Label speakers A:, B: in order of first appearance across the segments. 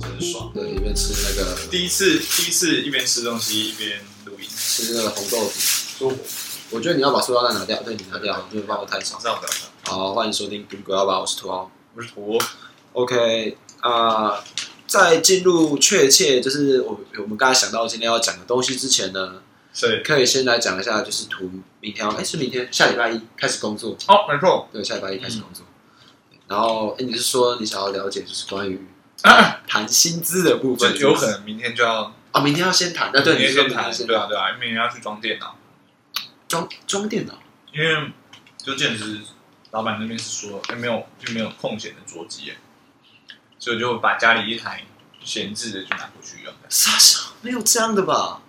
A: 很爽的，一边吃那个
B: 第一次第一次一边吃东西一边录音，
A: 吃那个红豆饼。
B: 说我
A: 我觉得你要把塑料袋拿掉，对你拿掉，因为把我太吵
B: 早。上早上，
A: 好，欢迎收听《苹果要把我是土豪》。
B: 我是土，
A: OK，啊、在进入确切就是我我们刚才想到今天要讲的东西之前呢，
B: 所以
A: 可以先来讲一下，就是图明天要，哎、是明天下礼拜一开始工作，
B: 哦，没错，
A: 对，下礼拜一开始工作。
B: 嗯
A: 然后，哎、你是说你想要了解就是关于
B: 啊
A: 谈薪资的
B: 就
A: 部分是不是，
B: 有可能明天就要，
A: 啊，明天要先谈，那对，
B: 明
A: 你
B: 天
A: 是说
B: 先
A: 明天
B: 谈，
A: 先
B: 对啊对啊，因为明天要去装电脑，
A: 装装电脑，
B: 因为就健实老板那边是说，哎没有就没有空闲的桌机耶，所以就把家里一台闲置的就拿过去用，
A: 傻傻没有这样的吧？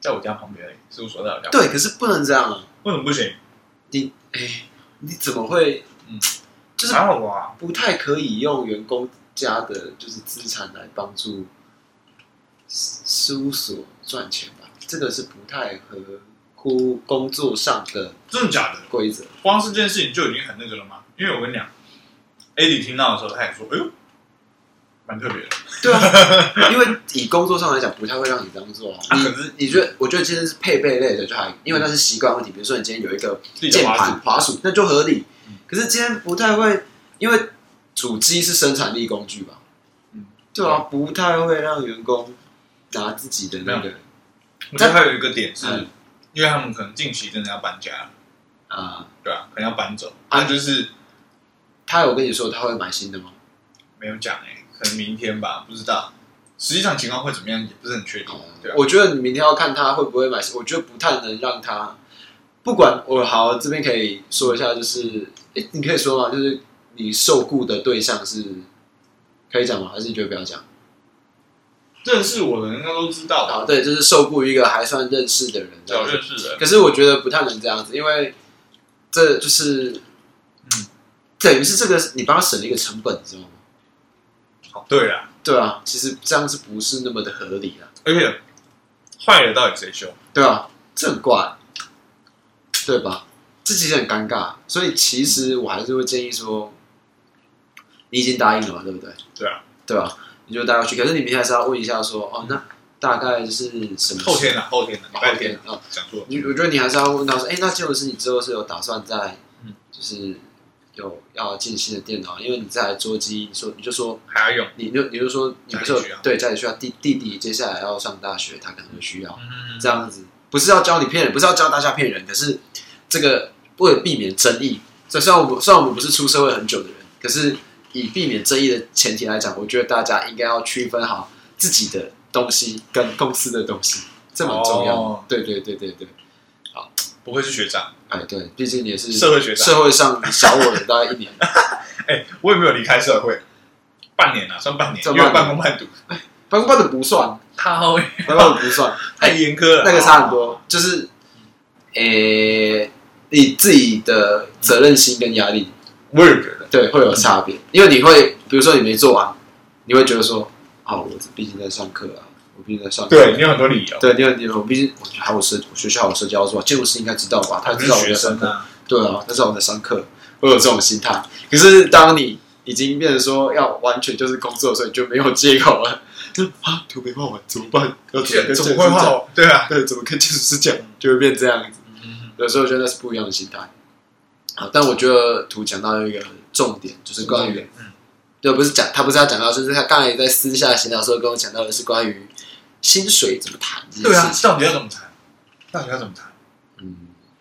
B: 在我家旁边而已，事务所在我家，，
A: 对，可是不能这样啊！
B: 为什么不行？
A: 哎、你怎么会就是
B: 还好吧，
A: 不太可以用员工家的就是资产来帮助事事务所赚钱吧？这个是不太合乎工作上的
B: 真的假的？
A: 规则。
B: 光是这件事情就已经很那个了吗？因为我跟你讲，AD 听到的时候，他也说：“哎呦，蛮特别的。
A: 对啊， 因为以工作上来讲，不太会让你这样做啊。
B: 啊
A: 你
B: 可是
A: 你觉得？我觉得今天是配备类的就还，因为那是习惯问题。比如说你今天有一个”
B: 自己
A: 键
B: 的花
A: 盘
B: 式
A: 滑鼠，那就合理
B: 嗯。
A: 可是今天不太会，因为主机是生产力工具吧？
B: 嗯，
A: 对啊，不太会让员工拿自己的那
B: 没
A: 个
B: 我觉得还有一个点是，
A: 嗯
B: 因为他们可能近期真的要搬家，
A: 啊。
B: 对啊，可能要搬走，
A: 啊
B: 那就是
A: 他有跟你说他会买新的吗？
B: 没有讲哎、可能明天吧，不知道。实际上情况会怎么样也不是很确定，对啊。
A: 我觉得你明天要看他会不会买新，我觉得不太能让他。不管我好，这边可以说一下，就是诶，你可以说吗？就是你受雇的对象是可以讲吗？还是你觉得不要讲？
B: 认识我的人应该都知道吧，
A: 啊，对，就是受雇一个还算认识的人，这
B: 对啊，
A: 样子
B: 认识的人，
A: 可是我觉得不太能这样子，因为这就是，嗯，等于是这个你帮他省了一个成本，你知道吗？
B: 哦对啊，
A: 对啊，其实这样是不是那么的合理啊？
B: 而且坏了到底谁修？
A: 对啊，这很怪，对吧？这其实很尴尬，所以其实我还是会建议说，你已经答应了嘛，对不对？
B: 对啊，
A: 对吧？你就带过去，可是你明天还是要问一下说，哦，那大概是什么时
B: 后天啊，后天啊，礼
A: 哦
B: 拜
A: 后
B: 天
A: 天
B: 啊，
A: 啊，
B: 讲错了，
A: 你我觉得你还是要问到说，哎、那金老师，你之后是有打算在
B: 嗯，
A: 就是有要进新的电脑，因为你这台桌机，你说你就说，
B: 还要用，
A: 你就你就说，你不是有
B: 家里需要
A: 对家里需要弟弟弟接下来要上大学，他可能会需要、
B: 嗯
A: 这样子，不是要教你骗人，不是要教大家骗人，可是这个为了避免争议，所以虽然我们虽然我们不是出社会很久的人，可是以避免争议的前提来讲，我觉得大家应该要区分好自己的东西跟公司的东西，这蛮重要的。
B: 哦
A: 对对对对对。
B: 不会是学长，
A: 哎，对，毕竟你也是
B: 社会学长。
A: 社会上小我的大概一年，
B: 哎、我也没有离开社会，半年了、啊算半年，
A: 算
B: 因
A: 半年
B: 为半工半读，
A: 半工半读不算，
B: 好，
A: 半工半读不 算，
B: 太严苛了，
A: 那个差很多。就是，诶、你自己的责任心跟压力，
B: 我也觉得，
A: 对，会有差
B: 嗯
A: 别。因为你会，比如说你没做完，你会觉得说，哦，我毕竟在上课啊，我毕竟在上课。
B: 对你有很多理由，
A: 对，因为你有我毕竟我还有社，我学校还有社交是吧？建筑师应该知道吧？他
B: 你
A: 知
B: 是
A: 道我
B: 学
A: 在上
B: 生
A: 课。
B: 啊，
A: 对啊，那时候我在上课，我有这种心态。可是当你已经变成说要完全就是工作的时候，你就没有借口了。 就啊，图没画完怎么办？要怎么跟
B: 怎
A: 建
B: 么
A: 筑
B: 会
A: 师
B: 画
A: 讲？
B: 我？对啊，
A: 对，怎么跟建筑师讲？就会变这样子。有时候我觉得那是不一样的心态。好，但我觉得图讲到一个重点，就是关于，
B: 嗯
A: 对，不是讲他不是要讲到，就是他刚才在私下闲聊的时候跟我讲到的是关于薪水怎么谈这件
B: 对
A: 事情
B: 啊。，到底要怎么谈？到底要怎么谈？
A: 嗯，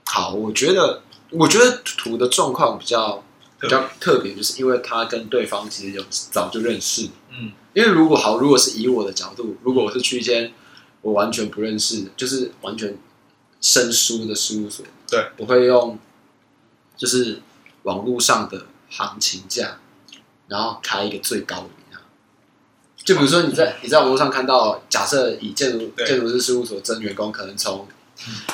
A: 好，我觉得，我觉得图的状况比较比较特别，就是因为他跟对方其实有早就认识。
B: 嗯，
A: 因为如果好，如果是以我的角度，如果我是去一间我完全不认识的，就是完全生疏的事务所，
B: 对，
A: 我会用就是网络上的行情价，然后开一个最高的给他。就比如说你在你在网络上看到，假设以建筑
B: 嗯对嗯
A: 建筑师事务所征员工，可能从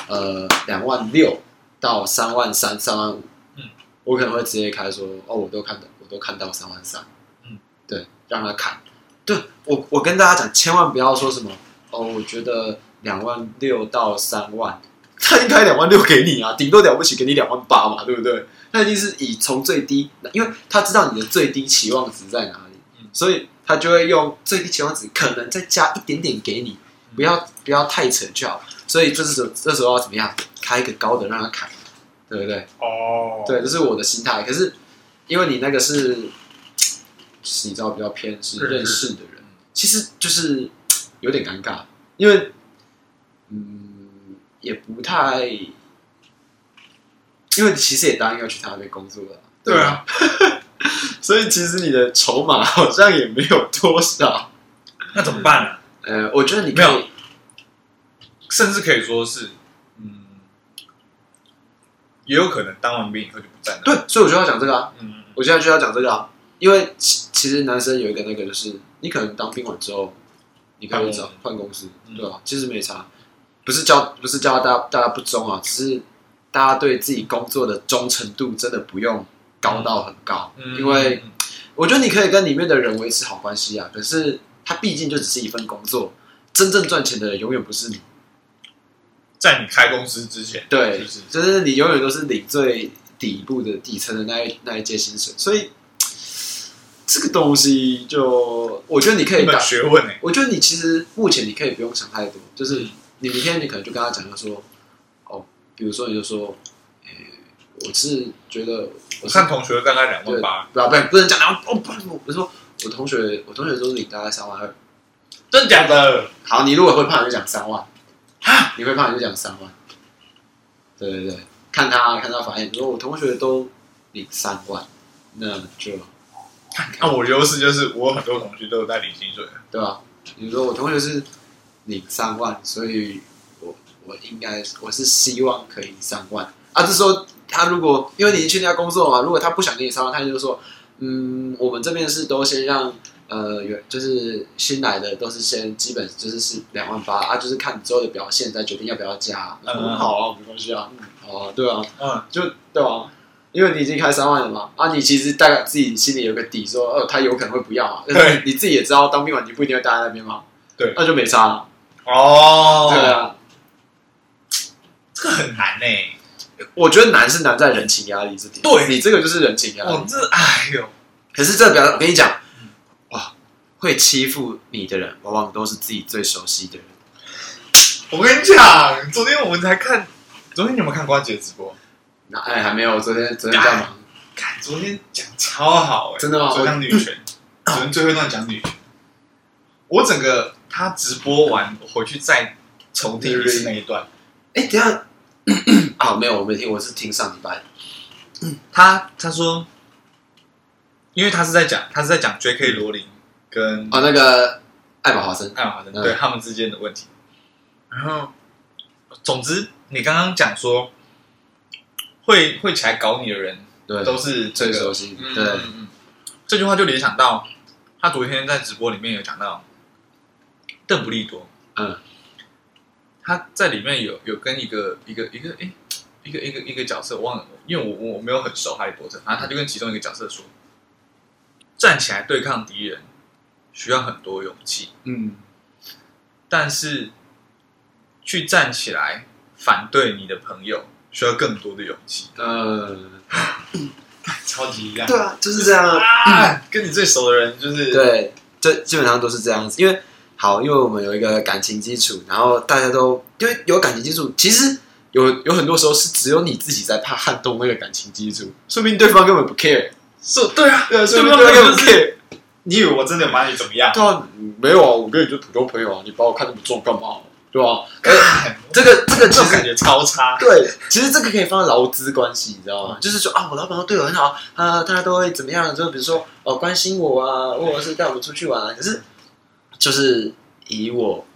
A: 呃两万六到三万三、三万五
B: 嗯，
A: 我可能会直接开说，哦，我都看到，我都看到三万三，
B: 嗯，
A: 对，让他砍。对我，我跟大家讲，千万不要说什么哦，我觉得两万六到三万， 他应该两万六给你啊，顶多了不起给你两万八嘛，对不对？那一定是以从最低，因为他知道你的最低期望值在哪里，
B: 嗯
A: 所以他就会用最低期望值可能再加一点点给你，不要不要太扯就好。所以这时候这时候要怎么样？开一个高的让他砍，对不对？
B: 哦，
A: 对，这是我的心态。可是因为你那个是，你知道比较偏是认识的人，其实就是有点尴尬，因为嗯也不太，因为其实也答应要去他那边工作了，
B: 对啊，
A: 所以其实你的筹码好像也没有多少。
B: 那怎么办啊呢？
A: 呃，我觉得你
B: 没
A: 可
B: 有
A: 以，
B: 甚至可以说是，嗯，也有可能当完兵以后就不在那。，
A: 对，所以我就要讲这个啊。
B: 嗯，
A: 我现在就要讲这个啊，因为其其实男生有一个那个就是，你可能当兵完之后，你可以找换公司，
B: 嗯
A: 对吧、其实没差，不是叫不是叫大家大家不忠啊，只是大家对自己工作的忠诚度真的不用高到很高，
B: 嗯
A: 因为我觉得你可以跟里面的人维持好关系啊，可是它毕竟就只是一份工作，真正赚钱的人永远不是你。
B: 在你开公司之前，
A: 对，
B: 就是
A: 就是你永远都是领最底部的底层的那一那一届薪水，所以这个东西就我觉得你可以
B: 一
A: 打
B: 本，学问欸呢。
A: 我觉得你其实目前你可以不用想太多，就是
B: 嗯
A: 你明天你可能就跟他讲，他说哦，比如说你就说，诶、我是觉得我
B: 我
A: 是
B: 看同学大概两
A: 对
B: 万八，
A: 不不不能讲，然后哦不，我说我同学我同学都领大概三万二，
B: 真假的？
A: 好，你如果会怕你就讲三万，你会怕你就讲三万。对对对，看他看他反应。如果我同学都领三万，那就
B: 那我优势就是我有很多同学都有在领薪水，
A: 对吧？你说我同学是领三万，所以我我应该我是希望可以三万啊。这时候他如果因为你已经去那家工作嘛，如果他不想给你三万，他就说嗯，我们这边是都先让呃原就是新来的都是先基本就是是两万八啊，就是看你之后的表现再决定要不要加。
B: 嗯
A: 嗯，好啊，没关系啊，嗯，好啊，对啊，
B: 嗯，
A: 就对啊。因为你已经开三万了嘛，啊，你其实大概自己心里有个底说，呃，他有可能会不要嘛，但是
B: 对
A: 你自己也知道，当兵完你不一定会待在那边嘛，
B: 对
A: 那就没差了，对
B: 哦，
A: 啊，
B: 这个很难呢。
A: 我觉得难是难在人情压力这点，
B: 对
A: 你这个就是人情压力，
B: 哦，这哎呦，
A: 可是这表，我跟你讲
B: 嗯，
A: 哇，会欺负你的人，往往都是自己最熟悉的人。
B: 我跟你讲，昨天我们才看，昨天你有没有看瓜姐的直播？
A: 那哎，还没有，昨天昨天干嘛？
B: 看，昨天讲超好哎、
A: 真的吗
B: 昨天讲女权， 昨天最后一段讲女权，我整个他直播完我回去再重听一次那一段，
A: 哎，等一下 啊，没有，我没听，我是听上礼拜。
B: 他他说，因为他是在讲他是在讲 J.K. 罗琳跟
A: 哦，那个艾玛华森，
B: 艾玛华森
A: 嗯
B: 对他们之间的问题。然后，总之，你刚刚讲说会会起来搞你的人，
A: 对，
B: 都是这
A: 最
B: 个
A: 熟悉
B: 嗯
A: 对
B: 嗯嗯，这句话就联想到他昨天在直播里面有讲到邓布利多，
A: 嗯，
B: 他在里面有有跟一个一个一个诶，一个一个一个角色我忘了，因为我我我没有很熟哈利波特，反正他就跟其中一个角色说，站起来对抗敌人需要很多勇气，
A: 嗯，
B: 但是去站起来反对你的朋友需要更多的勇气，
A: 呃，
B: 超级一样
A: 对啊，就是这样啊。
B: 啊！跟你最熟的人就是
A: 对，这基本上都是这样子，因为好，因为我们有一个感情基础，然后大家都因为有感情基础，其实有有很多时候是只有你自己在怕撼动那个感情基础，说明对方根本不 care，
B: 是，对啊，
A: 对啊，说
B: 对
A: 明
B: 方
A: 对方根本
B: 根本
A: 不
B: 就
A: care，
B: 你以为我真的有把你怎么样？
A: 对啊，嗯没有啊，我跟你就普通朋友啊，你把我看那么重干嘛？对吧、哎这个这个
B: 这
A: 其
B: 种
A: 实
B: 感觉超差。
A: 对，其实这个可以放在劳资关系，你知道吗？就是说啊，我老板都对我很好，啊，大家都会怎么样？就比如说哦，关心我啊，或者是带我出去玩啊。可是，就是以我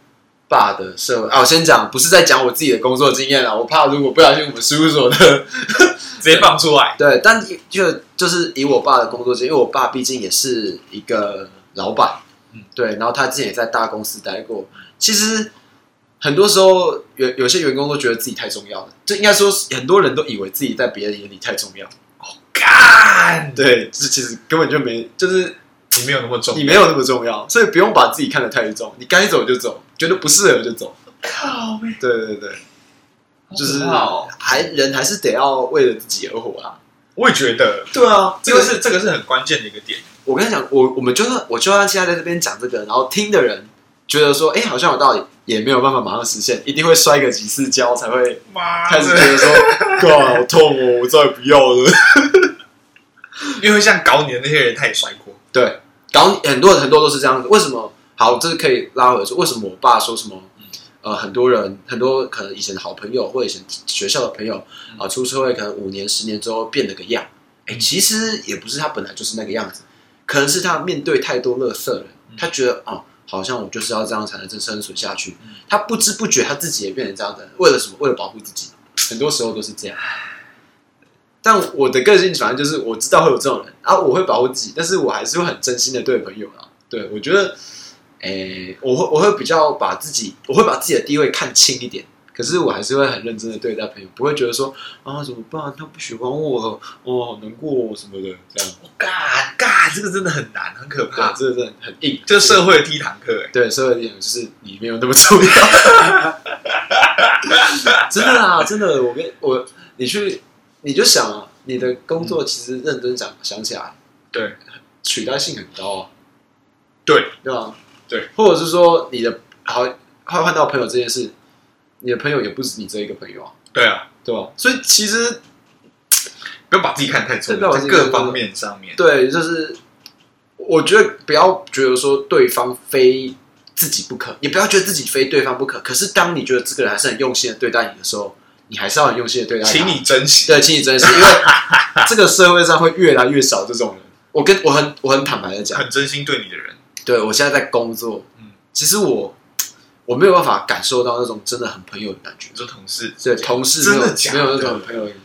A: 爸的社会啊，我先讲，不是在讲我自己的工作经验啦，我怕如果不小心我们事务所的
B: 直接放出来。
A: 对，但就就是以我爸的工作经验，因为我爸毕竟也是一个老板，
B: 嗯
A: 对，然后他之前也在大公司待过，其实。很多时候，有有些员工都觉得自己太重要了，就应该说，很多人都以为自己在别人眼里太重要。
B: 干
C: 干，
A: 对，这其实根本就没，就是
C: 你没有那么重
A: 你，没有那么重要，所以不用把自己看得太重，你该走就走，觉得不适合就走。
C: 靠呗，
A: 对对对，就是
C: 好可怕哦
A: 还人还是得要为了自己而活啊啦。
C: 我也觉得
A: 对啊，
C: 这个是这个是很关键的一个点，
A: 我跟你讲，我我们就算我就算现在在这边讲这个，然后听的人觉得说，哎、好像有道理，也没有办法马上实现，一定会摔个几次跤才会
C: 妈
A: 开始觉得说，God 好痛哦，我再也不要了。
C: 因为像搞你的那些人，他也摔过，
A: 对，然后很多很多都是这样子。为什么？好，这是可以拉回来说，为什么我爸说什么
C: 嗯？
A: 呃，很多人，很多可能以前的好朋友或以前学校的朋友
C: 嗯
A: 啊，出社会可能五年、十年之后变了个样。哎，
C: 嗯
A: 其实也不是他本来就是那个样子，可能是他面对太多垃圾了，
C: 嗯
A: 他觉得哦，好像我就是要这样才能生存下去
C: 嗯。
A: 他不知不觉他自己也变成这样的，为了什么？为了保护自己，很多时候都是这样。但我的个性反正就是我知道会有这种人啊，我会保护自己，但是我还是会很真心的对朋友啊。对我觉得，诶、我会我会比较把自己，我会把自己的地位看轻一点，可是我还是会很认真的对待朋友，不会觉得说啊怎么办，他不喜欢我了，哦好难过哦什么的这样。
C: 嘎嘎，这个真的很难，很可怕
B: 啊
A: 对，，这个真的很硬，
C: 这是社会的第一堂
B: 欸
C: 课，哎，
A: 对社会力量就是你没有那么重要。 真的啊，真的，我跟我你去你就想啊，你的工作其实认真想想起来，
C: 对，
A: 取代性很高啊，
C: 对，
A: 对吧？
C: 对，
A: 或者是说你的好换换到朋友这件事，你的朋友也不止你这一个朋友啊，
C: 对啊，
A: 对吧？所以其实
C: 不要把自己看太重，
A: 对不要把自
C: 在
A: 己看太
C: 各
A: 重
C: 方面上面，
A: 对，就是我觉得不要觉得说对方非自己不可，也不要觉得自己非对方不可。可是当你觉得这个人还是很用心的对待你的时候，你还是要很用心的对待他。
C: 请你珍惜，
A: 啊对，请你珍惜，因为这个社会上会越来越少这种人。我跟我很我很坦白的讲，
C: 很真心对你的人，
A: 对我现在在工作，
C: 嗯
A: 其实我我没有办法感受到那种真的很朋友的感觉。
C: 你说同事，
A: 对，同事没有
C: 真的假的
A: 没有那种朋友的感觉，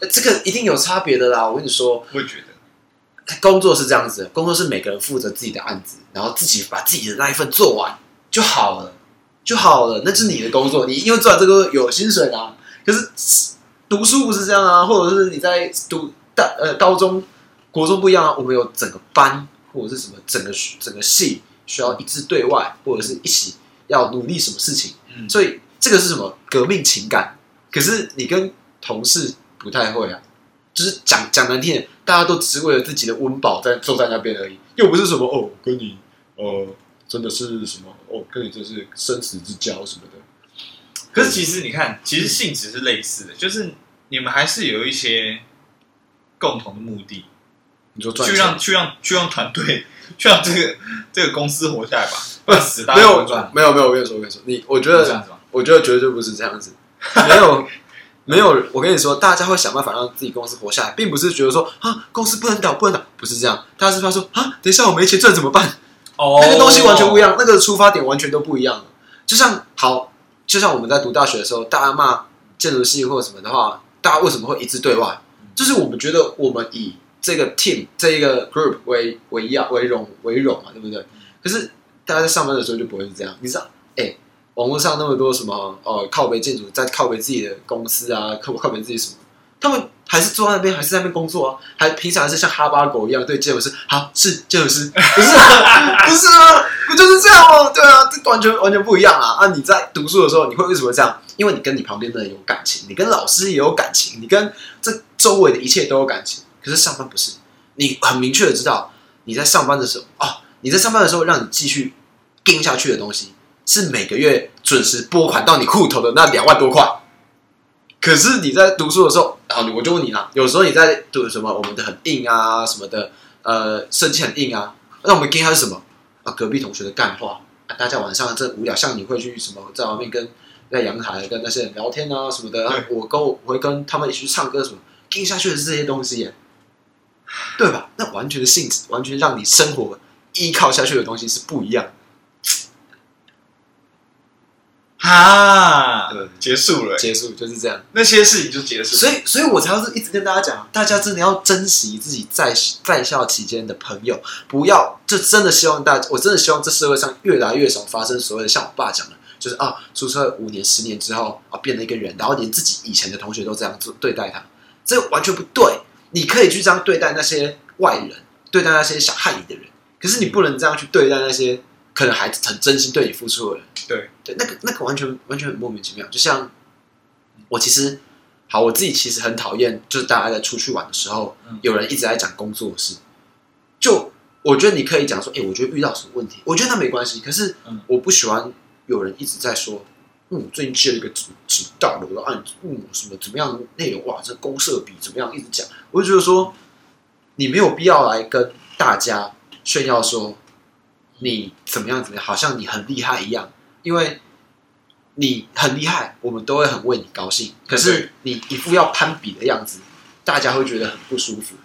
A: 呃这个一定有差别的啦。我跟你说，
C: 我也觉得，
A: 工作是这样子的，工作是每个人负责自己的案子，然后自己把自己的那一份做完就好了，就好了，那是你的工作，你因为做完这个有薪水啦、可是读书不是这样啊，或者是你在读大呃高中、国中不一样啊，我们有整个班或者是什么整个整个系需要一致对外，或者是一起要努力什么事情，
C: 嗯，
A: 所以这个是什么革命情感？可是你跟同事不太会啊，就是讲讲难听点，大家都只是为了自己的温饱在坐在那边而已，又不是什么哦，跟你呃真的是什么哦，跟你真是生死之交什么的。
C: 可是其实你看，其实性质是类似的，就是你们还是有一些共同的目的，
A: 你说赚
C: 去
A: 钱
C: 让去让去让团队， 去让这个这个公司活下来吧，不然死大
A: 没
C: 家
A: 有
C: 都赚，
A: 没有没有，我跟你说，我跟你说，你我觉
C: 这样
A: 得
C: 子吗？
A: 我觉得绝对不是这样子，没有。没有，我跟你说，大家会想办法让自己公司活下来，并不是觉得说啊，公司不能倒，不能倒，不是这样。大家是怕说啊，等一下我没钱赚怎么办？
C: 哦
A: 那个东西完全不一样，那个出发点完全都不一样了。就像好，就像我们在读大学的时候，大家骂建筑系或者什么的话，大家为什么会一致对外
C: 嗯？
A: 就是我们觉得我们以这个 team 这一个 group 为为要为荣为荣嘛，对不对？可是大家在上班的时候就不会是这样，你知道？哎、网络上那么多什么哦、靠北建筑在靠北自己的公司啊，靠靠北自己什么，他们还是坐在那边，还是在那边工作啊，还平常还是像哈巴狗一样对建筑师，好是建筑师，不是啊不是啊，不就是这样吗？对啊，这完全完全不一样啊！啊，你在读书的时候，你会为什么这样？因为你跟你旁边的人有感情，你跟老师也有感情，你跟这周围的一切都有感情。可是上班不是，你很明确的知道你在上班的时候，哦，你在上班的时候让你继续定下去的东西，是每个月准时拨款到你户头的那两万多块。可是你在读书的时候，啊，我就问你啦，有时候你在读什么我们的很硬啊什么的，呃，生气很硬啊，那我们听它是什么啊？隔壁同学的干话啊，大家晚上真无聊，像你会去什么在外面跟在阳台跟那些人聊天啊什么的，啊我跟我我会跟他们一起去唱歌什么，听下去的是这些东西耶，对吧？那完全的性质，完全让你生活依靠下去的东西是不一样的。
C: 哈
A: 对，
C: 结束了，
A: 结束就是这样。
C: 那些事情就结束了，
A: 所以，所以我才要一直跟大家讲，大家真的要珍惜自己在在校期间的朋友，不要就真的希望大家，我真的希望这社会上越来越少发生所谓的像我爸讲的，就是啊，出社会五年、十年之后啊，变了一个人，然后连自己以前的同学都这样做对待他，这完全不对。你可以去这样对待那些外人，对待那些想害你的人，可是你不能这样去对待那些可能还很真心对你付出的人。
B: 对
A: 对，那个那个完全完全很莫名其妙。就像我其实好，我自己其实很讨厌，就是大家在出去玩的时候，
B: 嗯
A: 有人一直在讲工作的事。就我觉得你可以讲说，哎、我觉得遇到什么问题，我觉得那没关系。可是
B: 嗯
A: 我不喜欢有人一直在说，嗯，我最近接了一个指指导楼的案子，嗯，什么怎么样内容哇，这公社比怎么样，一直讲，我就觉得说，你没有必要来跟大家炫耀说你怎么样怎么样，好像你很厉害一样，因为你很厉害，我们都会很为你高兴。可是你一副要攀比的样子，大家会觉得很不舒服。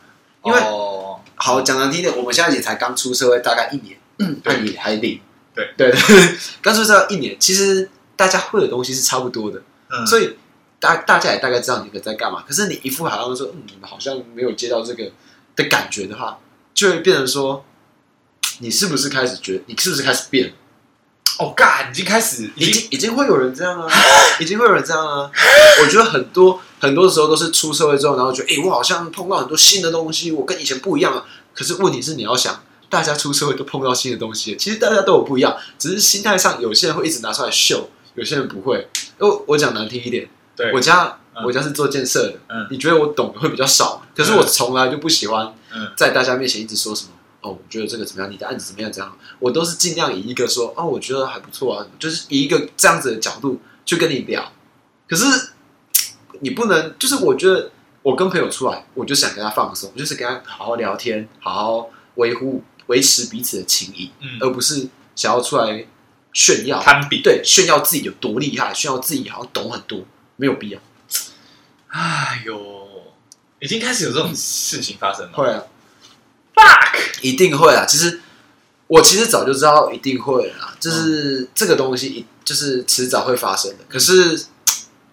A: 因为
B: 哦
A: 好讲难听点，我们现在也才刚出社会大概一年，那你还零，
B: 对
A: 对对，刚出社会一年，其实大家会的东西是差不多的，
B: 嗯
A: 所以大大家也大概知道你们在干嘛。可是你一副好像说，嗯，你们好像没有接到这个的感觉的话，就会变成说，你是不是开始觉得，你是不是开始变了？
B: 哦，干，已经开始，
A: 已经已经会有人 这样啊，已经会有人这样啊。我觉得很多很多时候都是出社会之后，然后觉得，哎、我好像碰到很多新的东西，我跟以前不一样了。可是问题是，你要想，大家出社会都碰到新的东西，其实大家都有不一样，只是心态上，有些人会一直拿出来秀，有些人不会。哦我我讲难听一点，
B: 对
A: 我家
B: 嗯
A: 我家是做建设的，
B: 嗯
A: 你觉得我懂的会比较少，可是我从来就不喜欢
B: 嗯
A: 在大家面前一直说什么。哦，我觉得这个怎么样？你的案子怎么样？怎样？我都是尽量以一个说，哦，我觉得还不错啊，就是以一个这样子的角度去跟你聊。可是你不能，就是我觉得我跟朋友出来，我就想跟他放松，我就是跟他好好聊天，好好维护维持彼此的情谊，
B: 嗯
A: 而不是想要出来炫耀
B: 攀比，
A: 对，炫耀自己有多厉害，炫耀自己好像懂很多，没有必要。
B: 哎呦，已经开始有这种事情发生了。
A: 会啊，fuck，一定会啊。其实我其实早就知道一定会啊，就是这个东西一就是迟早会发生的。可是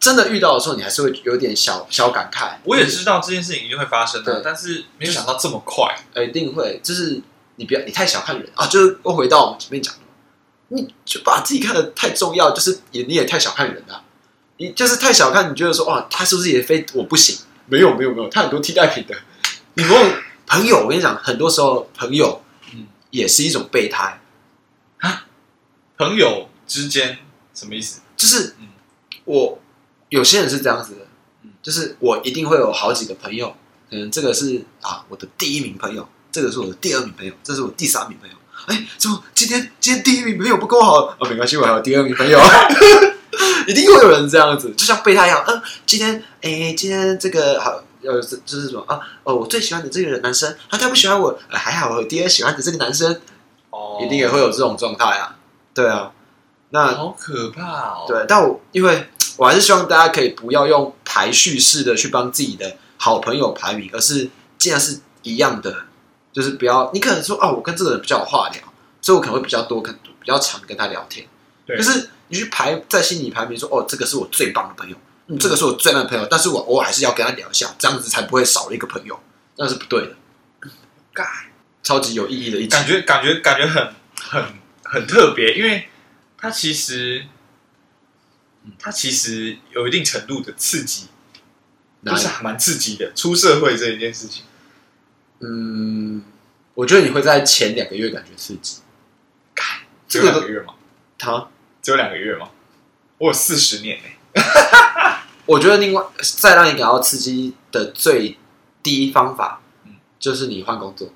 A: 真的遇到的时候，你还是会有点小小感慨。
B: 我也知道这件事情一定会发生的
A: 对，
B: 但是没有想到这么快。
A: 呃，一定会，就是你不要你太小看人啊，就是又回到我们前面讲的，你就把自己看得太重要，就是也你也太小看人了、你就是太小看，你觉得说哇，他是不是也非我不行？没有没有没有，他很多替代品的。你问我朋友，我跟你讲，很多时候朋友
B: 嗯，
A: 也是一种备胎，
B: 朋友之间什么意思？
A: 就是
B: 嗯
A: 我有些人是这样子的
B: 嗯，
A: 就是我一定会有好几个朋友，可能这个是啊我的第一名朋友，这个是我的第二名朋友，这是我第三名朋友。哎，怎么今天今天第一名朋友不够好？哦，没关系，我还有第二名朋友。一定会有人这样子，就像备胎一样。嗯，今天哎，今天这个好，呃，这这是什么啊？哦，我最喜欢的这个男生，啊，他不喜欢我，呃还好我有第二喜欢的这个男生，
B: 哦
A: 一定也会有这种状态啊。对啊，那
B: 好可怕哦。，
A: 对，但我因为我还是希望大家可以不要用排序式的去帮自己的好朋友排名，而是既然是一样的，就是不要你可能说哦，我跟这个人比较有话聊，所以我可能会比较多跟比较常跟他聊天。
B: 对
A: 可是你去排在心里排名说哦，这个是我最棒的朋友，嗯，这个是我最烂的朋友，但是我偶尔还是要跟他聊一下，这样子才不会少了一个朋友，那是不对的。
B: 干
A: 超级有意义的一集
B: 感觉感觉感觉很很很特别，因为它其实
A: 嗯
B: 它其实有一定程度的刺激，
A: 哪
B: 就
A: 里
B: 是啊还蛮刺激的。出社会这一件事情，
A: 嗯，我觉得你会在前两个月感觉刺激。
B: 只有
A: 这个
B: 两个月嘛，
A: 他、
B: 只有两个月嘛，我有四十年呢、
A: 我觉得另外再让你感到刺激的最低方法
B: 嗯，
A: 就是你换工作，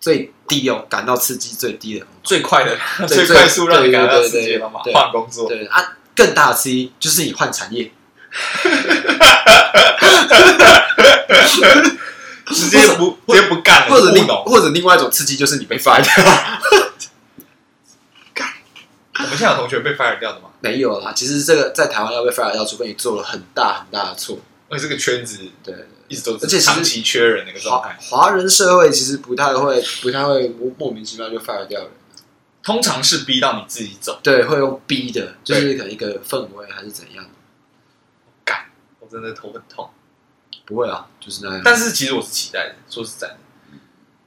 A: 最低哦，感到刺激最低的工作。
B: 最快 的、
A: 对
B: 最快速让你感到
A: 对对对
B: 刺激
A: 对
B: 的方法，
A: 对
B: 换工作。
A: 对啊，更大的刺激就是你换产业，
B: 直接不直
A: 或者
B: 接不干了，
A: 或者
B: 不
A: 哎另
B: 懂。
A: 或者另外一种刺激就是你被 fire 掉。
B: 我们现在有同学被 fire 掉的吗？
A: 没有啦，其实这个在台湾要被 fire 掉，除非你做了很大很大的错。
B: 而且这个圈子
A: 对，
B: 一直都
A: 而且
B: 是
A: 其实
B: 长期缺人的一个状
A: 华
B: 态，
A: 华人社会其实不太会不太会莫莫名其妙就 fire 掉人。
B: 通常是逼到你自己走。
A: 对，会用逼的，就是可能一个氛围还是怎样，
B: 我真的头很痛，
A: 不会啊，就是那样。
B: 但是其实我是期待的，说实在的，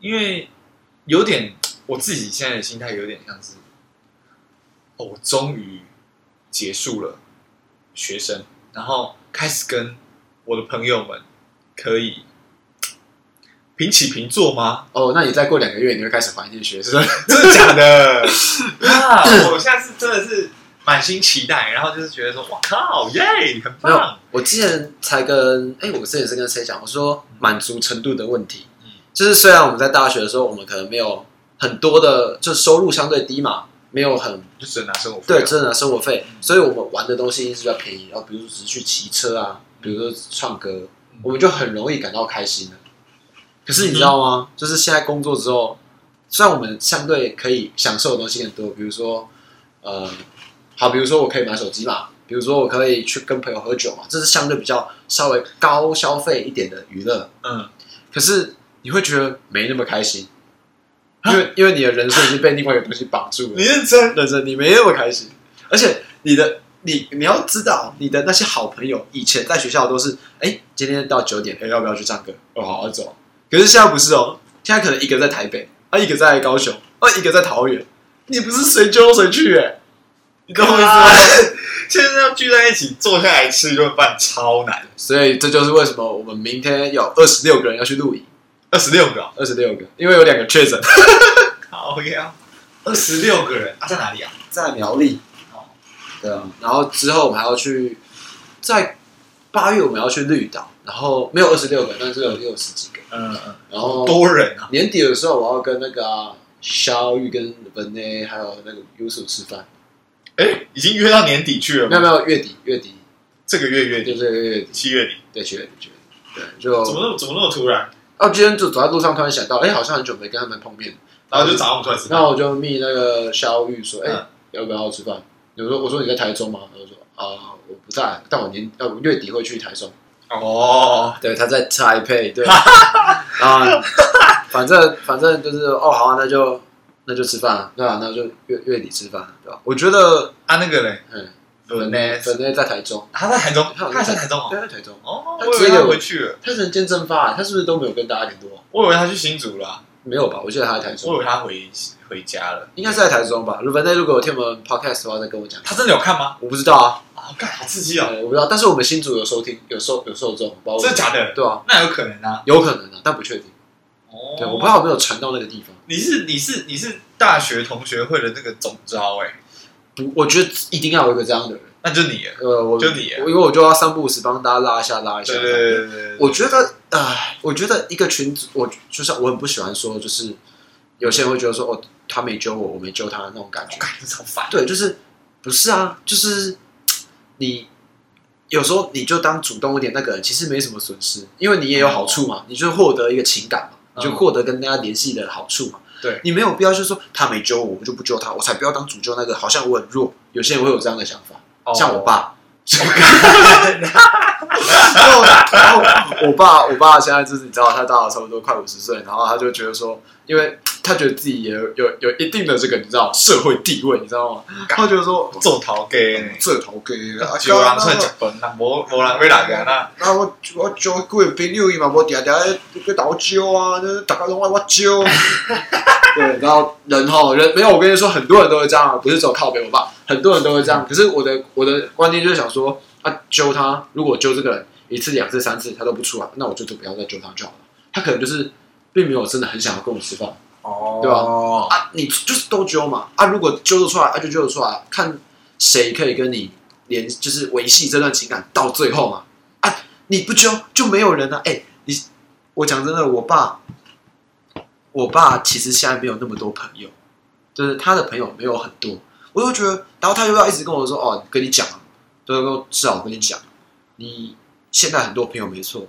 B: 因为有点我自己现在的心态有点像是，哦，我终于结束了学生，然后开始跟我的朋友们可以平起平坐吗？
A: 哦，那你再过两个月，你会开始怀念学生？
B: 真的假的？啊， 我下次真的是满心期待，然后就是觉得说，哇靠，耶，很
A: 没有
B: 棒，，
A: 我之前才跟哎、我之前是跟谁讲？我说满足程度的问题
B: 嗯，
A: 就是虽然我们在大学的时候，我们可能没有很多的，就收入相对低嘛，没有很
C: 就只能拿生活费啊
A: 对，真的生活费，所以我们玩的东西一定是比较便宜，然后比如说只是去骑车啊，比如说唱歌，
C: 嗯
A: 我们就很容易感到开心了。可是你知道吗？就是现在工作之后，虽然我们相对可以享受的东西很多，比如说，呃，好，比如说我可以买手机嘛，比如说我可以去跟朋友喝酒嘛，这是相对比较稍微高消费一点的娱乐。
B: 嗯，
A: 可是你会觉得没那么开心，因为因为你的人生已经被另外一个东西绑住了
B: 你。认 真，
A: 认真，你没那么开心。而且你的你你要知道，你的那些好朋友以前在学校都是，哎，今天到九点，哎，要不要去唱歌？哦，好，要走。可是现在不是哦，现在可能一个在台北，啊，一个在高雄，啊，一个在桃园，你不是随揪随去哎、你懂我意思吗？
B: 啊 现在要聚在一起坐下来吃一顿饭超难，
A: 所以这就是为什么我们明天有二十六个人要去露营，
B: 二十六个哦，
A: 二十六个，因为有两个确诊
B: 好啊呀，二十六个人啊，在哪里啊？
A: 在苗栗
B: 哦。
A: 对啊，然后之后我们还要去，在八月我们要去绿岛，然后没有二十六个，但是有六十几个。
B: 嗯嗯，
A: 然后
B: 多人啊，
A: 年底的时候，我要跟那个啊肖玉、跟文内还有那个 u s u 吃饭。
B: 哎，已经约到年底去了
A: 没有
B: 吗？
A: 没有，月底月底，
B: 这个月月
A: 对
B: 底，
A: 对对月底，
B: 七月底，
A: 对去月底去月底。对，就
B: 怎么那么怎么那么突然？
A: 哦，今天就走在路上，突然想到，哎，好像很久没跟他们碰面。
B: 然后就找我们出来吃饭，
A: 然后我就密那个肖玉说，哎
B: 嗯，
A: 要不要吃饭？我说我说你在台中吗？他就说啊，我不在，但我年呃我月底会去台中。
B: 哦，
A: 对，他在台北，对，啊，反正反正就是哦，好、啊，那就那就吃饭、啊，对吧、那就月月底吃饭啊、对吧、我觉得，
C: 啊那个嘞，
A: 嗯，
B: 本来
A: 本来在台中，
B: 啊他在台中，
A: 他有
B: 他也在台中哦，
A: 对，在台中，
B: 哦，
A: 他
B: 我以
A: 只
B: 为
A: 有
B: 他回去了，
A: 他人间蒸发、他是不是都没有跟大家联络？
B: 我以为他去新竹了，
A: 没有吧？我记得他在台
B: 我以
A: 中，
B: 为他回回家了，
A: 应该是在台中吧。如本来如果有听我们 podcast 的话，再跟我讲。
C: 他真的有看吗？
A: 我不知道啊，
B: 啊，干好刺激哦，
A: 呃我不知道，但是我们新组有收听，有受有受众，包括
B: 真的假的？
A: 对啊，
B: 那有可能啊，
A: 有可能啊，但不确定。
B: 哦
A: 对，我不知道有没有传到那个地方。
B: 你是你是你是大学同学会的那个总招哎、
A: 不，我觉得一定要有一个这样的人。
B: 那就你了。
A: 呃，我
B: 就你啊
A: 我因为我就要三不五时帮大家拉一下拉一下。
B: 对对对对对，
A: 我觉得，唉，我觉得一个群组，我就是我很不喜欢说，就是有些人会觉得说，哦，他没揪我，我没揪他那种感觉
B: 我。感觉超烦。
A: 对，就是不是啊，就是嘖你有时候你就当主动一点，那个人其实没什么损失，因为你也有好处嘛，你就获得一个情感嘛，你就获得跟大家联系的好处嘛。
B: 嗯对
A: 你没有必要就说他没揪我，我就不揪他，我才不要当主揪那个，好像我很弱。有些人会有这样的想法，
B: 哦
A: 像我，爸。然后，然后我爸，我爸现在就是你知道，他大了差不多快五十岁，然后他就觉得说，因为他觉得自己也有有有一定的这个你知道社会地位，你知道吗？他觉得说这
B: 做头家呢，
A: 这头给啊，
B: 有人出来食饭啦，无无人要来个啦。
A: 啊我我招几个朋友伊嘛，无定定去倒招啊，就是大家拢爱我招。对，然后人吼人没有，我跟你说，很多人都会这样啊，不是只有靠北我爸，很多人都会这样。可是我的我的观念就是想说，啊揪他，如果揪这个人一次、两次、三次他都不出来，那我就不要再揪他就好了。他可能就是并没有真的很想要跟我吃饭
B: 哦
A: 对
B: 吧？
A: 啊，你就是都揪嘛啊，如果揪得出来，啊就揪得出来，看谁可以跟你连，就是维系这段情感到最后嘛。啊，你不揪就没有人了、啊。哎、你我讲真的，我爸，我爸其实现在没有那么多朋友，就是他的朋友没有很多。我就觉得，然后他又要一直跟我说，哦，跟你讲啊，都跟我至少我跟你讲，你现在很多朋友没错，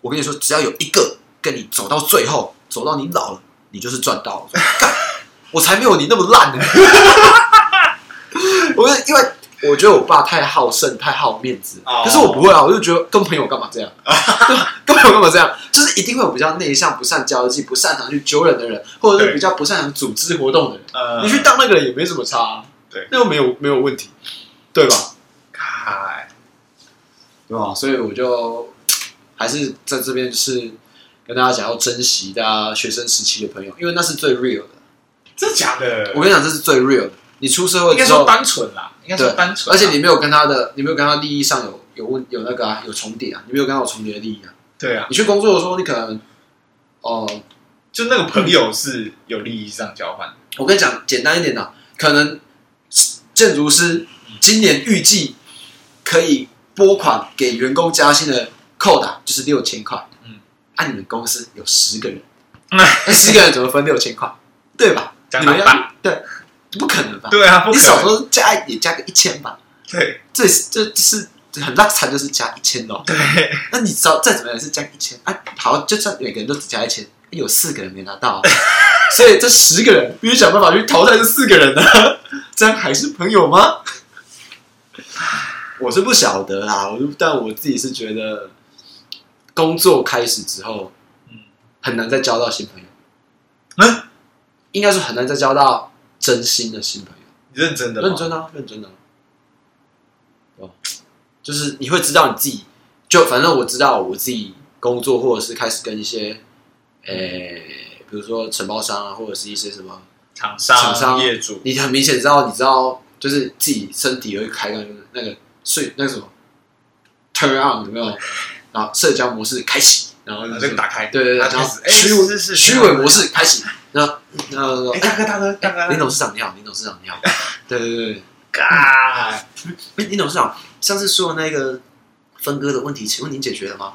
A: 我跟你说，只要有一个跟你走到最后，走到你老了，你就是赚到了。我说干我才没有你那么烂呢、 我是因为我觉得我爸太好胜、太好面子
B: 哦，
A: 可是我不会啊，我就觉得跟朋友干嘛这样， 跟朋友干嘛这样，就是一定会有比较内向、不善交际、不擅长去揪人的人，或者是
B: 对
A: 比较不擅长组织活动的人。
B: 呃
A: 你去当那个人也没什么差、啊，
B: 对
A: 那又没有没有问题，对吧？
B: 嗨，
A: 对吧？哦所以我就还是在这边就是跟大家讲，要珍惜大家学生时期的朋友，因为那是最 real 的。
B: 真假的？
A: 我跟你讲，这是最 real 的。你出社会
B: 应该
A: 之
B: 说
A: 后，
B: 单纯啦，应该说单纯
A: 而
B: 啦。
A: 且你没有跟他的，你没有跟他利益上有有问有那个啊，有重叠啊，你没有跟他有重叠的利益啊。
B: 对啊，
A: 你去工作的时候，你可能哦、
B: 就那个朋友是有利益上交换的，
A: 我跟你讲，简单一点的、可能建筑师今年预计可以拨款给员工加薪的扣打就是六千块。嗯
C: 嗯，
A: 按、你们公司有十 个人，那十个人怎么分六千块？对吧？
B: 加
A: 你们要
B: 两百
A: 对，不可能吧？
B: 对啊，不
A: 你
B: 可
A: 少
B: 能，
A: 说加一也加个一千吧，
B: 对
A: 这是这是很拉惨，就是加一千哦。
B: 对，
A: 那你只要再怎么样也是加一千啊，好，就算每个人都只加一千，啊有四个人没拿到啊、 所以这十个人必须想办法去淘汰这四个人呢、啊， 这样还是朋友吗？ 我是不晓得啦，我就但我自己是觉得，工作开始之后，
C: 嗯
A: 很难再交到新朋友，
B: 嗯，
A: 应该说很难再交到真心的新朋友。
B: 你认真的吗
A: 认真啊，认真啊。哦，就是你会知道你自己，就反正我知道我自己工作，或者是开始跟一些，诶、比如说承包商啊，或者是一些什么，
B: 厂
A: 厂商
B: 商、业主，
A: 你很明显知道，你知道，就是自己身体会开个那个睡那个什么 turn on 有没有？然后社交模式开启，然后
B: 然后
A: 就是
B: 就啊打开，
A: 嗯对对
B: 他
A: 对，然
B: 就
A: 后
B: 是哎
A: 虚伪
B: 是是
A: 虚伪模式开启，然后然后
B: 哎，
A: 哎，
B: 大哥大哥大哥，
A: 林董事长你好，林董事长你 好，对对对。
B: 嘎，
A: 哎，林董事长，上次说的那个分割的问题，请问您解决了吗？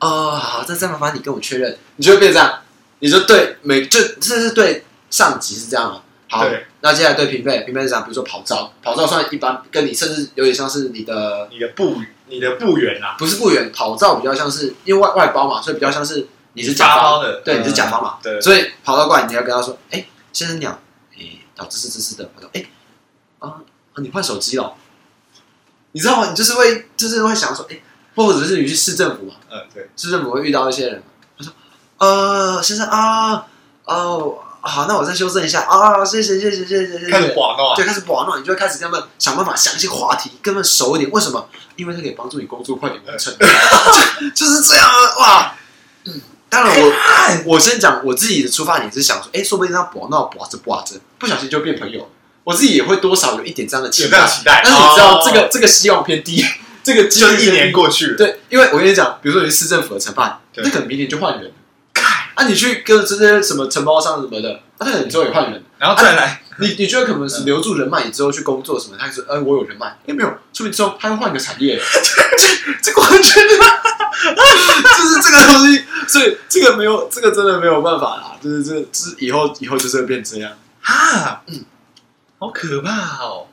A: 哦，好，这再麻烦你跟我确认。你就会变这样，你就对每就这是对上级是这样吗？好
B: 对，
A: 那接下来对平辈，平辈是这样，比如说跑招，跑招算一般，跟你甚至有点像是你的
B: 你的部你的部员啊，
A: 不是不远，跑招比较像是因为外外包嘛，所以比较像是你是甲
B: 发
A: 方，
B: 包的，
A: 对，你是甲方嘛，
B: 嗯，对，
A: 所以跑到过来，你要跟他说：“哎、先生你好，哎、导致是这是的。”他说：“哎、啊，你换手机了？你知道吗？你就是会，就是会想说，哎、或者是你去市政府嘛，
B: 嗯对，
A: 市政府会遇到一些人嘛。”他说：“呃，先生啊，哦、好，那我再修正一下啊，谢谢，谢谢，谢谢，谢
B: 开始
A: 谢。”
B: 广告啊，
A: 对，开始玩弄，你就会开始跟他们想办法想一些话题，跟他们熟一点。为什么？因为他可以帮助你工作快点完成， 就是这样啊！哇，嗯，当然我
B: 看
A: 我先讲我自己的出发点是想说，哎、说不定他博闹博着博着，不小心就变朋友了。我自己也会多少有一点这样的期
B: 有这样
A: 待，
B: 期待，
A: 但是你知道
B: 哦
A: 这个、这个希望偏低，这个几
B: 就
A: 率
B: 是一
A: 偏
B: 年
A: 低
B: 过去了，
A: 对，因为我跟你讲，比如说你是市政府的承办，
B: 对
A: 那可能明年就换人了。啊，你去跟这些什么承包商什么的，啊，他可能之后也换人了。
B: 然后再来，
A: 你你觉得可能是留住人脉，你之后去工作什么，他就说，哎、我有人脉，哎、没有，说不定之后他又换一个产业， 这这个完 全就就是这个东西，所以这个没有，这个真的没有办法啦，就是这这以后以后就是会变这样。
B: 哈，嗯，好可怕哦，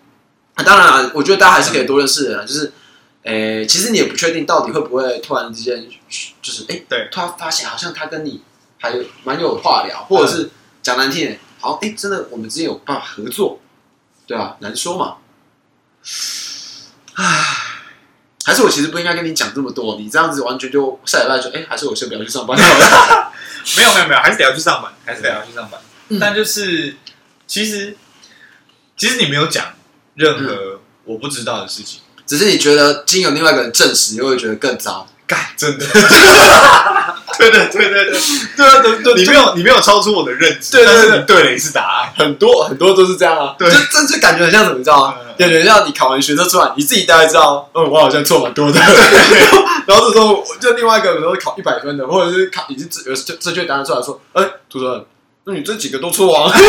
A: 啊、当然啊，我觉得大家还是可以多认识人啊，就是，诶、其实你也不确定到底会不会突然之间，就是诶，
B: 对
A: 突然发现好像他跟你还蛮有话聊，或者是讲难听点，好，诶，真的我们之间有办法合作，对啊，难说嘛。
B: 唉，
A: 还是我其实不应该跟你讲这么多，你这样子完全就下礼拜就诶，哎还是我先不要去上班好了。
B: 没有没有没有，还是得要去上班，还是得要去上班，
A: 嗯
B: 但就是其实其实你没有讲任
A: 嗯
B: 何我不知道的事情，
A: 只是你觉得经由另外一个人证实，又会觉得更糟。
B: 干，真的。 对对对对对，
A: 对啊，对对
B: 你没有你没有超出我的认知，
A: 对对
B: 但
A: 对
B: 是你对了一次答案，
A: 很多很多都是这样啊。
B: 对
A: 就这就感觉很像什么，你知道吗？
B: 嗯
A: 感觉像你考完学测出来，你自己大概知道，嗯，我好像错蛮 多的。然后这时候就另外一个，比如说考一百分的，或者是考已经正正正确答案出来说，哎、涂主任，那你这几个都错啊。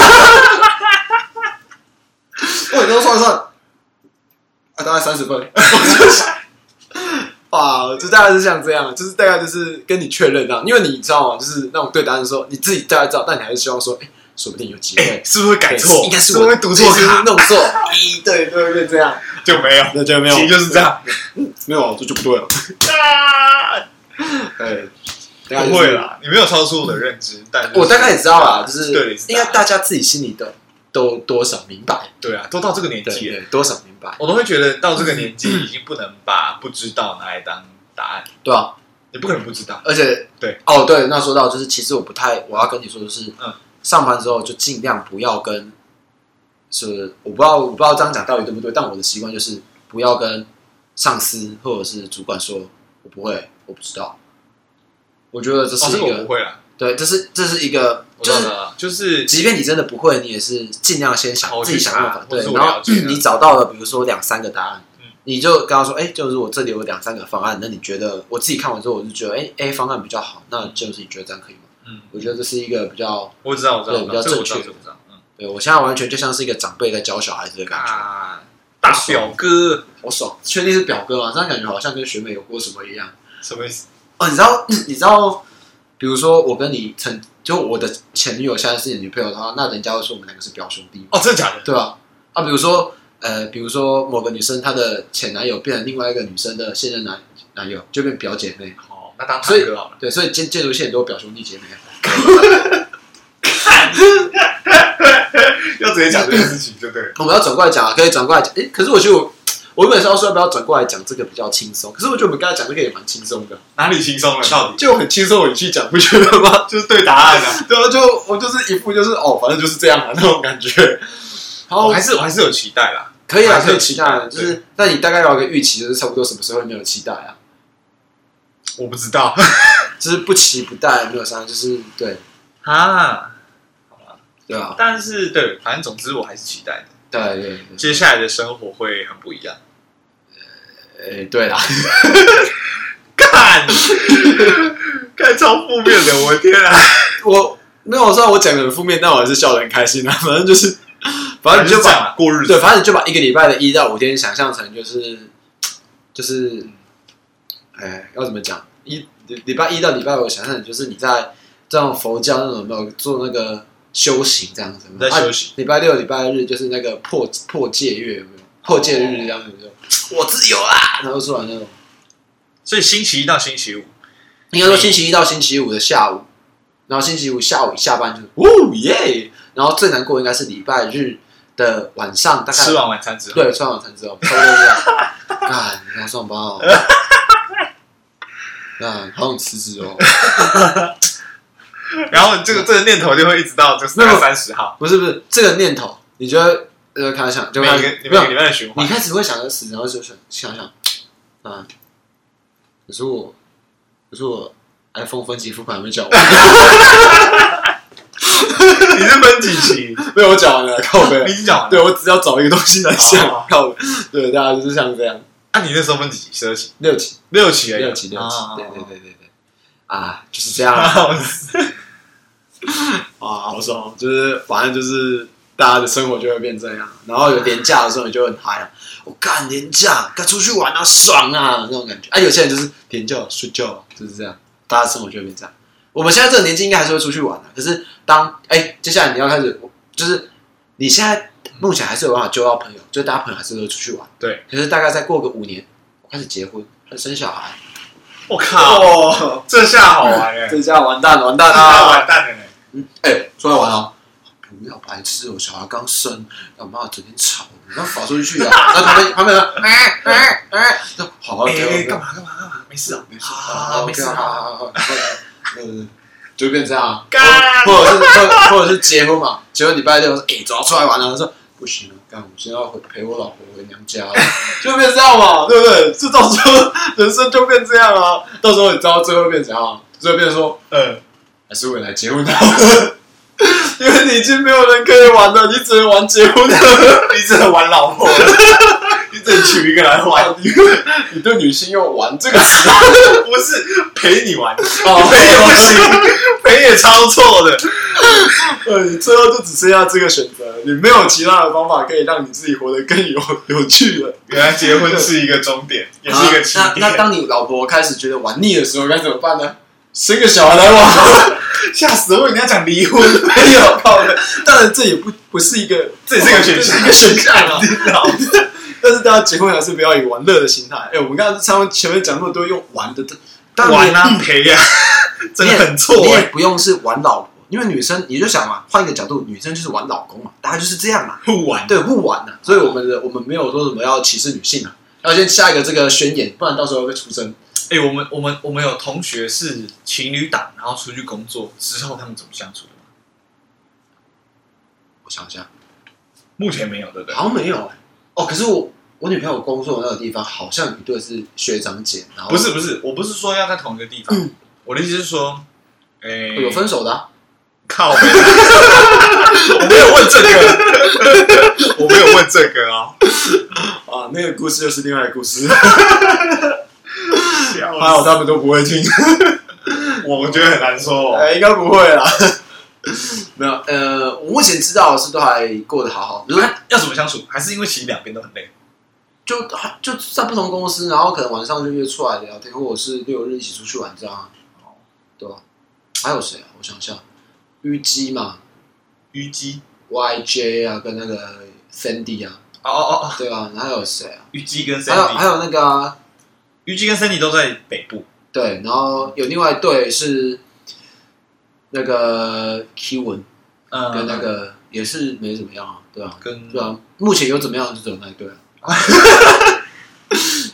A: 我都算算，啊，大概三十分。 哇，就大概是像这样，就是大概就是跟你确认这样，因为你知道吗？就是那种对答案的时候，你自己大概知道，但你还是希望说，哎、说不定有机会。
B: 是不是会改错？
A: 应该是
B: 不
A: 我
B: 是会读错
A: 是不是
B: 卡？
A: 弄错，一对对对，这样，
B: 就没有，
A: 那就没有，
B: 其实就是这样。
A: 没有，这就不对了。
B: 啊
A: 对，大概就是
B: 不会，啦，你没有超出我的认知，但就是
A: 我大概也知道啦，就是
B: 对
A: 应该大家自己心里都都多少明白，
B: 对啊，都到这个年
A: 对
B: 纪了，
A: 对，多少明白，
B: 我都会觉得到这个年纪已经不能把不知道拿来当答案，
A: 对啊，
B: 你不可能不知道。
A: 而且
B: 对，
A: 哦对，那说到就是，其实我不太，我要跟你说的是，
B: 嗯，
A: 上班之后就尽量不要跟，是我不知道我不知道这样讲到底对不对，但我的习惯就是不要跟上司或者是主管说我不会，我不知道。我觉得这
B: 哦，
A: 是
B: 这
A: 一
B: 个
A: 个
B: 我不会啦，
A: 对，这是这是一个，
B: 我
A: 就
B: 知道
A: 是
B: 了，就是
A: 即便你真的不会，你也是尽量先想
B: 我
A: 自
B: 去
A: 己想办法
B: 查，
A: 对
B: 或，是我
A: 然后
B: 了解
A: 你找到了，比如说两三个答案
B: 嗯，
A: 你就跟他说，哎，就是我这里有两三个方案，那你觉得我自己看完之后，我就觉得，哎，A 方案比较好，那就是你觉得这样可以吗？
B: 嗯，
A: 我觉得这是一个比较，
B: 我知道，我知道，
A: 对
B: 我知道，
A: 比较
B: 这个我知道，
A: 正确
B: 这个我知道，嗯，
A: 对我现在完全就像是一个长辈在教小孩子的感觉，
B: 啊，大表哥，
A: 好爽！确定是表哥啊吗？这样感觉好像跟学妹有过什么一样。
D: 什么意思？
A: 哦，你知道，你知道，比如说我跟你曾，就我的前女友现在是你的女朋友的话，那人家会说我们两个是表兄弟吗？
D: 哦，真的假的？
A: 对啊，啊，比如说，呃，比如说某个女生她的前男友变成另外一个女生的现任男男友，就变表姐妹。
B: 好，
D: 那当堂
A: 所以
D: 哥好了。
A: 对，所以建建筑系很多表兄弟姐妹。
D: 要直接讲这件事情就 对了。
A: 我们要转过来讲啊，可以转过来讲。诶，可是我觉得我，我原本是要说要不要转过来讲这个比较轻松，可是我觉得我们刚才讲这个也蛮轻松的，
D: 哪里轻松了？到底
A: 就很轻松的语气讲，不觉得 吗？
D: 就是对答案啊！
A: 对啊，就我就是一副就是哦，反正就是这样啊那种感觉。好
B: 我还，是我还是有期待啦，
A: 可以啊，
B: 还是
A: 可
B: 有
A: 以期待啊，
B: 期待
A: 就是那你大概有一个预期，就是差不多什么时候没有期待啊？
D: 我不知道
A: 就是不期不待，没有伤，就是对
B: 啊，
A: 对啊，
B: 但是对，反正总之我还是期待的，
A: 对对对。
B: 接下来的生活会很不一样。
A: 诶，对啦，
B: 干，
D: 看超负面的，我的天 啊！
A: 我没有虽然我讲的很负面，但我还是笑得很开心啊。 反正就是，反正你就
D: 这样
A: 把
D: 啊过日子，
A: 对，反正你就把一个礼拜的一到五天想象成就是就是，哎，要怎么讲？一礼礼拜一到礼拜五想象成就是你在这种佛教那种有没有做那个修行这样子，有没有
B: 在休息
A: 啊礼拜六、礼拜日就是那个破破戒月有没有？破戒日这样子就我自由啦，然后说完那种。
B: 啊所以星期一到星期五，
A: 应该说星期一到星期五的下午，然后星期五下午一下班就是哦耶，然后最难过应该是礼拜日的晚上，大概
B: 吃完晚餐之后，
A: 对吃完晚餐之后，差不多这样。 干，你要上班哦。干，好想辞职哦。
B: 然后这个这个念头就会一直到就是
A: 没有
B: 三十号，
A: 不是不是，这个念头，你觉得呃，开始想就
B: 每
A: 开
B: 个
A: 始
B: 每
A: 没
B: 个
A: 有
B: 礼，拜的循环
A: 你。开始会想着死，然后就想想想，啊，可是我，可是我 iPhone 分期付款还没缴完，
B: 你是分几期？
A: 被我缴完了，靠 背
B: 你已经讲完了。
A: 对我只要找一个东西来想
B: 哦，
A: 靠，对，大家就是像这样，
B: 那啊你那时候分几期？十二期？
A: 六期，
B: 六期而已。
A: 六期，六期
B: 啊，
A: 对对对对对，啊，就是这样啊，
B: 啊
A: 好爽，就是反正就是大家的生活就会变这样，然后有年假的时候你就很嗨啊，我干年假，干出去玩啊，爽啊那种感觉，啊，有些人就是年假睡觉，就是这样，大家生活就会变这样。我们现在这个年纪应该还是会出去玩的、啊可是当哎、接下来你要开始，就是你现在目前还是有办法交到朋友，就大家朋友还是会出去玩。
B: 对，
A: 可是大概再过个五年，我开始结婚，开始生小孩，
B: 我靠，
A: 哦，
B: 这下好玩哎，
A: 这下完蛋完蛋
B: 这下！ 完蛋了哎。
A: 哎、说来玩哦，不要白痴哦，小孩刚生，我妈整天吵，你要罚出去啊！然后旁边旁边人，哎哎哎，就好好
B: 哎，干
A: 教，
B: 嘛干嘛干嘛？没事啊，
A: 没
B: 好好
A: 好
B: 好，
A: 好
B: 没事
A: 好
B: 啊。
A: 好好，嗯，就变这样啊。
B: 干
A: 或者是或或者是结婚嘛，结婚礼拜六说，哎、走啊，出来玩啊，他说不行啊，干，我现在要回陪我老婆回娘家了，就变这样嘛，对不对？这到时候人生就变这样啊，到时候你知道最后变怎样啊？最后变成说
B: 嗯，
A: 还是未来结婚好了， 因为你已经没有人可以玩了，你只能玩结婚了，
B: 你只能玩老婆 了，你只能娶一个来玩，
A: 你你对女性用玩这个词 啊，
B: 不是陪你玩，
A: 哦
B: 陪也不行， 陪也超错的。
A: 呃， 你最后就只剩下这个选择，你没有其他的方法可以让你自己活得更有有趣了。
B: 原来结婚是一个终点，也是一个起
A: 啊那那
B: 点。
A: 当你老婆开始觉得玩腻的时候，该怎么办呢？生个小孩来玩？
B: 吓死我！你要讲离婚，
A: 没有，靠的。当然，这也不不是一个，
B: 这也是一个选项
A: 这是一个选项啊。
B: 你知道吗
A: 但是大家结婚还是不要以玩乐的心态。哎、我们刚刚常常前面讲那么多用玩的，但
B: 玩啊陪 啊，真的很错
A: 你也
B: 哎。
A: 不用是玩老婆，因为女生你就想嘛，换一个角度，女生就是玩老公嘛，大家就是这样嘛。
B: 不玩
A: 对，不玩了、所以我们的我们没有说什么要歧视女性啊，要先下一个这个宣言，不然到时候会出征。
B: 哎、我们我们我们有同学是情侣档，然后出去工作之后，他们怎么相处的吗？
A: 我想一下，
B: 目前没有，对不对？
A: 好像没有、欸、哦。可是我我女朋友工作的那个地方，好像一对是学长姐，然后
B: 不是不是，我不是说要在同一个地方，我的意思是说，哎、
A: 有分手的、啊，
B: 靠 北，我没有问这个，我没有问这个哦。
A: 啊，那个 故事又是另外一个故事，
B: 笑
A: 他们都不会听。
B: 我觉得很难说哦。
A: 哎，应该不会啦。 没有，呃，我目前知道的是都还过得好好，就是
C: 那要怎么相处？还是因为其实两边都很累，
A: 就就在不同公司，然后可能晚上就约出来聊天，或者是六日一起出去玩这样啊。对吧、还有谁啊？我想一下，虞姬嘛
C: 虞姬
A: ，YJ 啊，跟那个 Sandy 啊，
C: 哦哦哦，
A: 对啊，然后还有谁啊？
C: 虞姬跟
A: 还有
C: Sandy，
A: 还有那个、啊、
C: 虞姬跟 Sandy 都在北部，
A: 对，然后有另外一对是那个 K 文
C: 嗯，
A: 跟那个也是没怎么样啊，对啊，
C: 跟
A: 对啊，目前有怎么样就只有那一 对啊。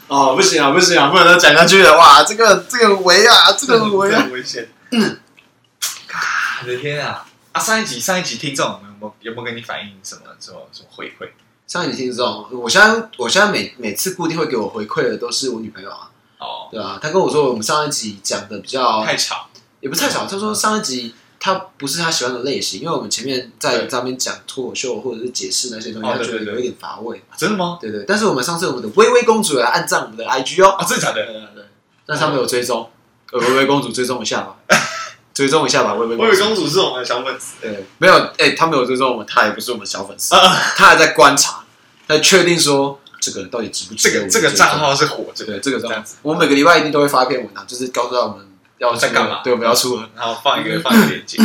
A: 哦，不行啊，不行啊，不能再讲下去了。哇，这个这个围啊，这
B: 这
A: 个围啊，
B: 很危险。
C: 我 的天啊！啊，上一集上一集听众有没有有没有跟你反映什么什么什么回馈？
A: 上一集听众，我现在我现在每每次固定会给我回馈的都是我女朋友啊，
C: 哦，
A: 对啊，她跟我说我们上一集讲的比较
C: 太吵，
A: 也不是太少，她说上一集她不是她喜欢的类型，因为我们前面在
C: 对
A: 上面讲脱口秀或者是解释那些东西，
C: 哦
A: 她
C: 对
A: 觉得
C: 对对
A: 有一点乏味，
C: 啊真的吗？
A: 对对。但是我们上次我们的微微公主来按赞我们的 IG 哦，
C: 啊，真的假的？
A: 对对，但他们有追踪，呃，微微公主追踪一下吧， 追踪一下吧，微微
B: 我以为
A: 主。
B: 公主是我们的小粉丝，
A: 对，没有，哎、他没有追踪我们，他也不是我们小粉丝，他还在观察，在确定说这个到底值不值
C: 这
A: 得我
C: 个
A: 们
C: 这个
A: 追踪
C: 账，号是活着的，
A: 对这个账
C: 这
A: 号
C: 样子，
A: 我们每个礼拜一定都会发一篇文章，就是告诉他我们要出
C: 在干嘛
A: 对，我们要 出，
C: 然后放
A: 嗯
C: 一个放一个链接。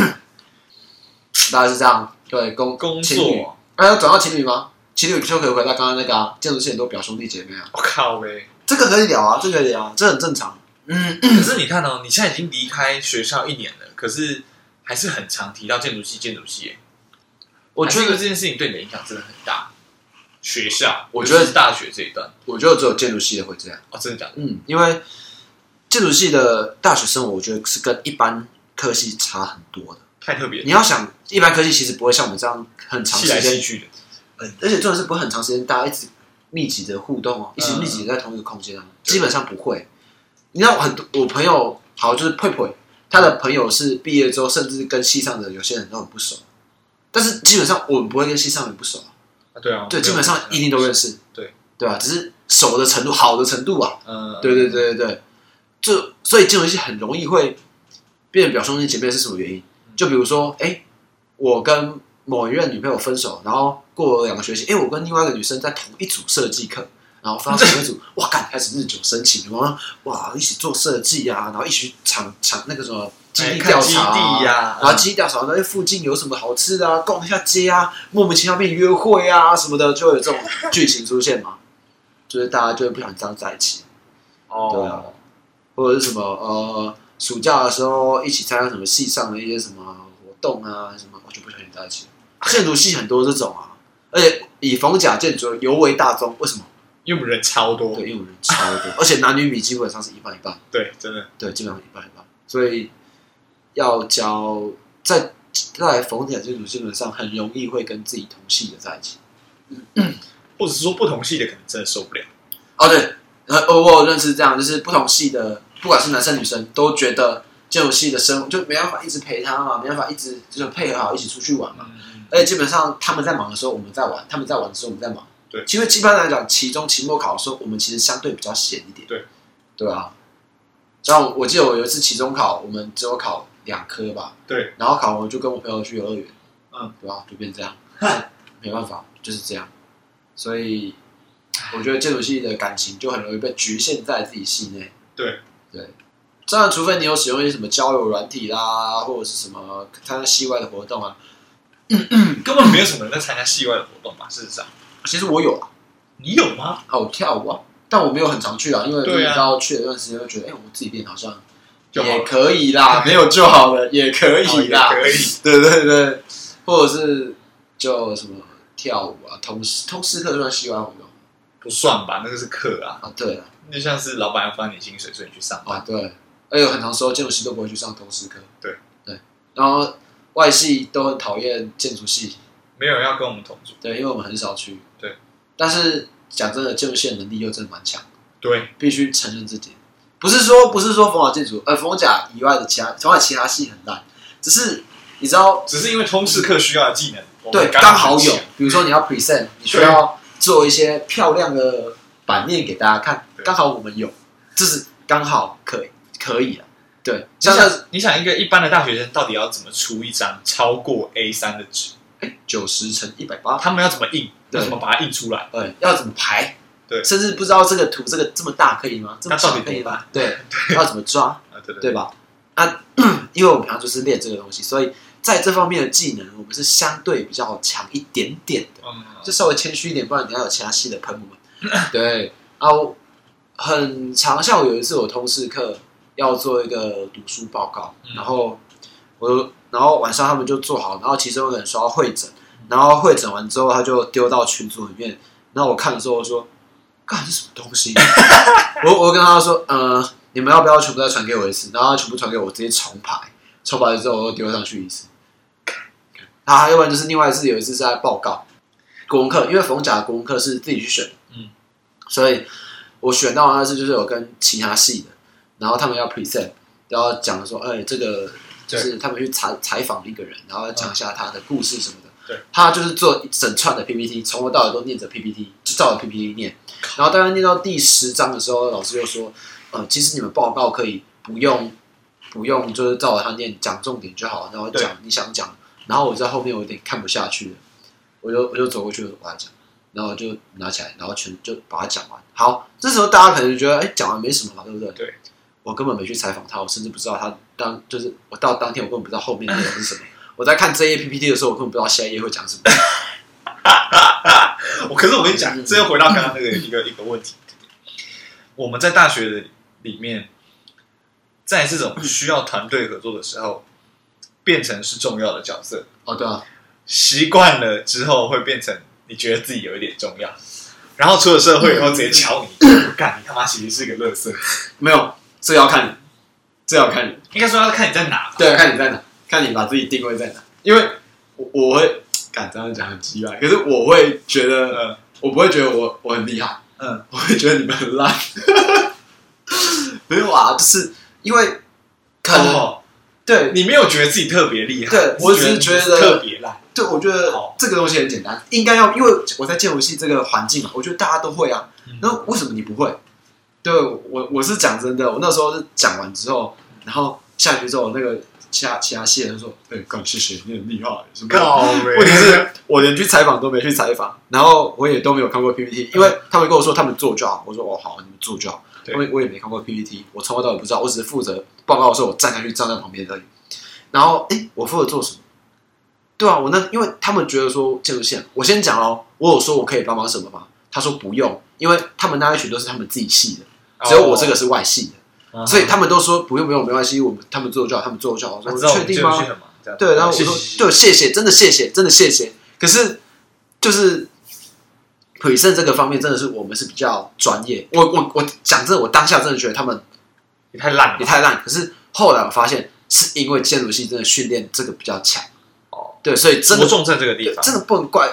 A: 大概是这样，对，工
C: 工
A: 情侣，
C: 作，
A: 哎、要转到情侣吗？情侣就可以回到刚刚那个、啊、建筑系很多表兄弟姐妹啊，
C: 我靠喂！
A: 这个可以聊啊，这个可以聊啊，这很正常。嗯，
C: 可是你看哦，你现在已经离开学校一年了，可是还是很常提到建筑系，建筑系耶。
A: 我
C: 还是
A: 觉
C: 因
A: 得
C: 为这件事情对你的影响真的很大。学校，
A: 我觉得
C: 尤其是大学这一段，
A: 我觉得只有建筑系的会这样。
C: 哦，真的假的？
A: 嗯，因为建筑系的大学生活，我觉得是跟一般科系差很多的。
C: 太特别了，
A: 你要想，一般科系其实不会像我们这样很长
C: 戏
A: 时
C: 来戏
A: 间，
C: 去的，
A: 呃而且重点是不会很长时间大家一直密集的互动
C: 嗯
A: 哦，一直密集地在同一个空间啊，基本上不会。你知道我很多我朋友，好就是佩佩，他的朋友是毕业之后，甚至跟系上的有些人都很不熟，但是基本上我们不会跟系上人不熟啊，
C: 啊对啊，
A: 对，基本上一定都认识，
C: 对
A: 对吧、只是熟的程度，好的程度啊，
C: 嗯，
A: 对对对对对，就所以这种东西很容易会变成表兄弟姐妹是什么原因？
C: 嗯
A: 就比如说，哎，我跟某一任女朋友分手，然后过了两个学期，哎，我跟另外一个女生在同一组设计课，然后分到同一组，哇，干开始日久生情，然后哇一起做设计啊，然后一起去厂厂那个什么基
C: 哎
A: 地
C: 看
A: 调
C: 基
A: 查啊、
C: 地呀，嗯
A: 然后基地调查，然后哎附近有什么好吃的啊，逛一下街啊，莫名其妙变约会啊什么的，就会有这种剧情出现嘛，就是大家就会不想这样在一起。对啊
C: 哦，
A: 或者是什么呃，暑假的时候一起参加什么系上的一些什么活动啊，什么我就不小心在一起了。建筑系很多这种啊，而且以逢甲建筑尤为大宗，为什么？
C: 因为我们人超多，
A: 对，因为我们人超多，而且男女比基本上是一半一半，
C: 对，真的，
A: 对，基本上一半一半，所以要教在在逢甲建筑基本上很容易会跟自己同系的在一起。
C: 或者是说不同系的可能真的受不了，
A: 哦，对，呃，我我有认识这样，就是不同系的，不管是男生女生，都觉得建筑系的生活就没办法一直陪他嘛，没办法一直就是配合好一起出去玩嘛。
C: 嗯，
A: 而且基本上他们在忙的时候我们在玩，他们在玩的时候我们在忙。
C: 对
A: 其实一般来讲，期中、期末考的时候，我们其实相对比较闲一点。
C: 对，
A: 对啊。像我我记得我有一次期中考，我们只有考两科吧。
B: 对。
A: 然后考完我就跟我朋友去游乐园。
C: 嗯。
A: 对啊吧？就变这样， 没办法，就是这样。所以我觉得建筑系的感情就很容易被局限在自己系内。
B: 对
A: 对，当然，除非你有使用一些什么交友软体啦，或者是什么参加系外的活动啊。嗯
C: 根本没有什么人在参加系外的活动吧？事实上，
A: 其实我有啊，
C: 你有吗？
A: 啊，我跳舞啊，但我没有很常去啊，因为
C: 对啊
A: 你知道去了一段时间，就觉得哎、我自己练好像
C: 就好哦
A: 也可以啦， 没有就好了，也可以啦，
C: 可以，
A: 对对对，或者是就什么跳舞啊，通识通识课算系外活动
C: 不算吧？那个是课啊，
A: 啊，对啊，
C: 就像是老板要发你薪水，所以你去上班。
A: 啊对，而且很长时候建筑系都不会去上通识课，
C: 对
A: 对，然后外系都很讨厌建筑系，
C: 没有人要跟我们同组，
A: 对，因为我们很少去，
C: 对，
A: 但是讲真的，建筑系的能力又真的蛮强的。
C: 对，
A: 必须承认这点。不是说不是说冯甲建筑，呃，冯甲以外的其他，冯甲其他系很烂，只是你知道，
C: 只是因为通识课需要的技能，我们
A: 对，刚好
C: 很
A: 有
C: 强，
A: 比如说你要 present，你需要做一些漂亮的版面给大家看，
C: 对
A: 刚好我们有，就是刚好可以可以啊。对，
B: 你
A: 像那
B: 想，你想一个一般的大学生到底要怎么出一张超过 A 三的纸？
A: 哎九十乘一百八，
B: 他们要怎么印？
A: 对
B: 要怎么把它印出来？
A: 对，要怎么排？
B: 对
A: 甚至不知道这个图这个这么大可以吗？这么
B: 那到
A: 小
B: 底
A: 可以
B: 多
A: 吗？ 对，要怎么抓？
B: 啊，对对
A: 对吧？啊， 因为我们平常就是练这个东西，所以在这方面的技能，我们是相对比较强一点点的，
B: 嗯，
A: 就稍微谦虚一点，不然等一下有其他系的喷我们。对，啊，我很长，像我有一次我通识课要做一个读书报告，
C: 嗯
A: 然后我，然后晚上他们就做好，然后其中有个人说要会诊，然后会诊完之后他就丢到群组里面，然后我看的时候我说，干这什么东西？ 我我跟他说，呃，你们要不要全部再传给我一次？然后他全部传给我，直接重排，重排之后我又丢上去一次。然后要不然就是另外一次，有一次是在报告国文课，因为逢甲的国文课是自己去选，
C: 嗯，
A: 所以我选到的那次就是有跟其他系的，然后他们要 present，然后讲说，哎，这个就是他们去采采访一个人，然后讲一下他的故事什么
B: 嗯
A: 的。
B: 对，
A: 他就是做一整串的 PPT，从头到尾都念着 PPT，就照着 PPT 念。然后大概念到第十章的时候，老师就说：“呃，其实你们报告可以不用不用，就是照着他念，讲重点就好，然后
B: 对
A: 讲你想讲。”然后我在后面我有点看不下去了，我就我就走过去我跟他讲，然后就拿起来，然后全就把它讲完。好，这时候大家可能觉得，哎，讲完没什么嘛，对不对？
B: 对，
A: 我根本没去采访他，我甚至不知道他当就是我到当天我根本不知道后面内容是什么。我在看这一页 PPT 的时候，我根本不知道下一页会讲什么。
B: 我可是我跟你讲，这又回到刚刚那个一个一个问题，我们在大学的里面，在这种需要团队合作的时候，变成是重要的角色，
A: 哦，对啊，
B: 习惯了之后会变成你觉得自己有一点重要，然后出了社会以后直接敲你，干你他妈其实是个垃圾。
A: 没有，这要看你，这要看你。
B: 应该说要看你在哪吧，
A: 对啊，看你在哪，看你把自己定位在哪。因为我我会，敢这样讲很鸡怪，可是我会觉得，呃
B: 嗯
A: 我不会觉得我我很厉害，
B: 嗯，
A: 我会觉得你们很烂。 没有啊，就是因为可能、
B: 哦，
A: 对
B: 你没有觉得自己特别厉害，
A: 对
B: 你
A: 我只是觉
B: 你
A: 得
B: 特别烂，
A: 对，我觉得
B: 好
A: 这个东西很简单，应该要因为我在建筑系这个环境嘛，我觉得大家都会啊
C: 嗯。
A: 那为什么你不会？对我我是讲真的，我那时候是讲完之后，然后下去之后，那个其他其他系的人说：“对，干谢谢，你很厉害。”什么的？ 问
B: 问
A: 题是，我连去采访都没去采访，然后我也都没有看过 PPT，因为他们跟我说他们做就好，我说哦好，你们做就好。
B: 对
A: 因为我也没看过 PPT，我从头到尾不知道，我只是负责报告的时候我站下去站在旁边而已。然后诶，我负责做什么？对啊，我那因为他们觉得说建筑线，我先讲喽，我有说我可以帮忙什么吗？他说不用，因为他们那一群都是他们自己系的，
B: 哦
A: 只有我这个是外系的，
B: 个
A: 所以他们都说不用不用没关系，我们他们做就好，他们做就好。我
B: 知
A: 说
B: 道我
A: 确
B: 们
A: 定
B: 这
A: 吗
B: 个？很忙，这样
A: 对，然后我
B: 谢
A: 说
B: 谢谢谢
A: 就谢谢，真的谢谢，真的谢谢。可是就是腿胜这个方面，真的是我们是比较专业。我我我讲真的，我当下真的觉得他们
B: 你太烂了
A: 也
B: 吧，
A: 太烂。可是后来我发现，是因为建筑系真的训练这个比较强
B: 哦，
A: 对，所以真的
B: 着重在这个地方，
A: 真的不能怪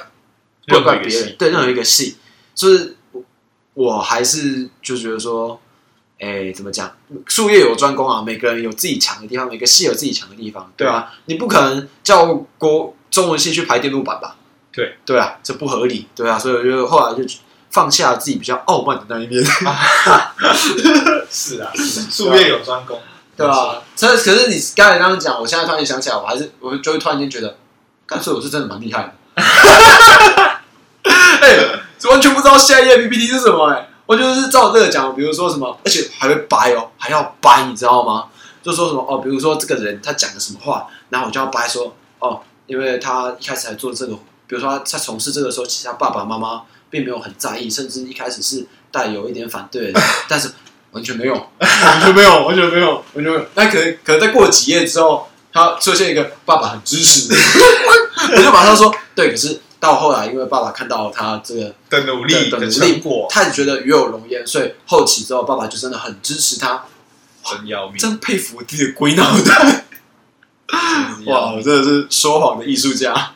A: 不
B: 任何
A: 能怪
B: 一个
A: 别人
B: 系，
A: 对任何一个系，就是我我还是就觉得说，哎，怎么讲？术业有专攻啊，每个人有自己强的地方，每个系有自己强的地方，对啊，你不可能叫国中文系去排电路板吧？
B: 对
A: 对啊，这不合理，对啊，所以我就后来就放下自己比较傲慢的那一面，
B: 是啊，是啊术业有专攻，
A: 对啊，所以可是你刚才那样讲，我现在突然想起来，我还是我就会突然间觉得，干脆我是真的蛮厉害的。 哎、完全不知道下一页 PPT 是什么哎、我就是照这个讲，比如说什么，而且还会掰哦，还要掰，你知道吗？就说什么哦，比如说这个人他讲了什么话，然后我就要掰说哦，因为他一开始还做这个，比如说他他从事这个时候，其实他爸爸妈妈并没有很在意，甚至一开始是带有一点反对的，但是完全没有，完全没有，完全没有，完全没有。那可能可能再过几页之后，他出现一个爸爸很支 持，我就马上说对，可是。到后来，因为爸爸看到他这个
B: 的努力
A: 的努
B: 的
A: 力
B: 成果
A: 他也觉得与有荣焉，所以后期之后，爸爸就真的很支持他，
B: 真要命，
A: 真佩服我自己的鬼脑 袋。
B: 真要
A: 哇，
B: 命，
A: 我真的是说谎的艺术家，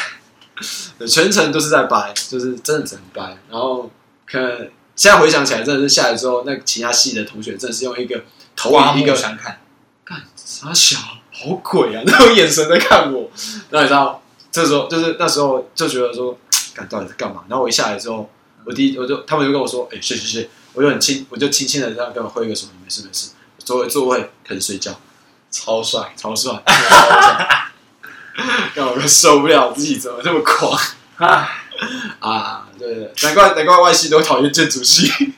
A: 对全程都是在掰，就是真的只能掰。然后可能现在回想起来，真的是下来之后，那其他系的同学真的是用一个投
B: 刮
A: 以一
B: 目
A: 个
B: 相看，
A: 干傻小好鬼啊 那种眼神在看我，然后你知道，这时候就是那时候就觉得说，干到底在干嘛？然后我一下来之后，我第一我就他们就跟我说，哎、是是是，我就很轻，我就轻轻的这样跟我挥一个手，没事没事，我座位座位可以睡觉，
B: 超帅，
A: 超帅，让我受不了自己怎么这么狂
B: 唉
A: 啊！对对，对难怪难怪外系都讨厌建筑系。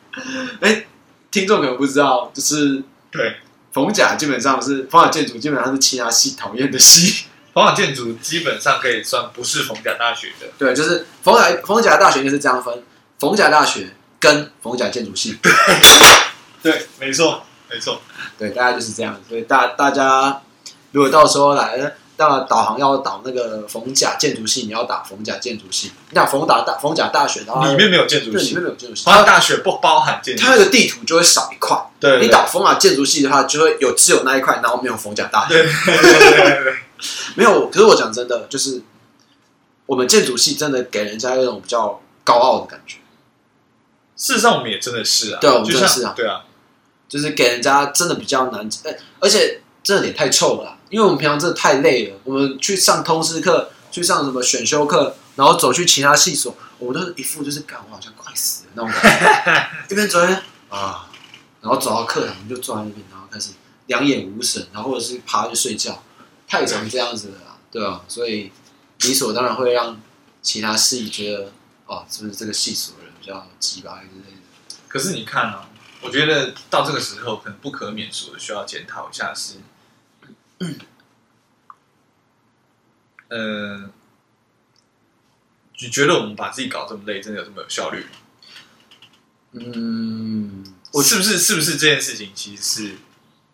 A: 哎，听众可能不知道，就是
B: 对，
A: 冯甲基本上是冯甲建筑基本上是其他系讨厌的系。
B: 黄瓦建筑基本上可以算不是逢甲大学的，
A: 对，就是逢甲逢甲大学应该是这样分，逢甲大学跟逢甲建筑系，
B: 对，没错，没错，
A: 对，大概就是这样。所以大大家如果到时候来，那导航要导那个逢甲建筑系，你要打逢甲建筑系，那逢甲大逢甲大学，然后它
B: 里面没有建筑
A: 啊对里
B: 系
A: 面，没有建筑系，
B: 黄
A: 它
B: 甲大学不包含建筑系，
A: 它那个地图就会少一块。
B: 对，对
A: 你打逢甲建筑系的话，就会有只有那一块，然后没有逢甲大学。
B: 对对对对对，
A: 没有，可是我讲真的，就是我们建筑系真的给人家一种比较高傲的感觉。
B: 事实上我们也真的是啊，
A: 对我们
B: 就
A: 真的
B: 像
A: 是啊
B: 对啊，
A: 就是给人家真的比较难，呃，而且真的脸太臭了啦，因为我们平常真的太累了，我们去上通识课，去上什么选修课，然后走去其他系所，我们都是一副就是干我好像快死了那种感觉，一边走一边啊，然后走到课堂就坐在那边，然后开始两眼无神，然后或者是趴着睡觉，太常这样子了啦，对啊，所以理所当然会让其他系觉得哦，是不是这个系所的人比较鸡巴之类的。
B: 可是你看啊，我觉得到这个时候，可能不可免俗的需要检讨一下是，
A: 嗯
B: 呃，你觉得我们把自己搞这么累，真的有这么有效率吗？
A: 嗯，
B: 我是不是是不是这件事情其实是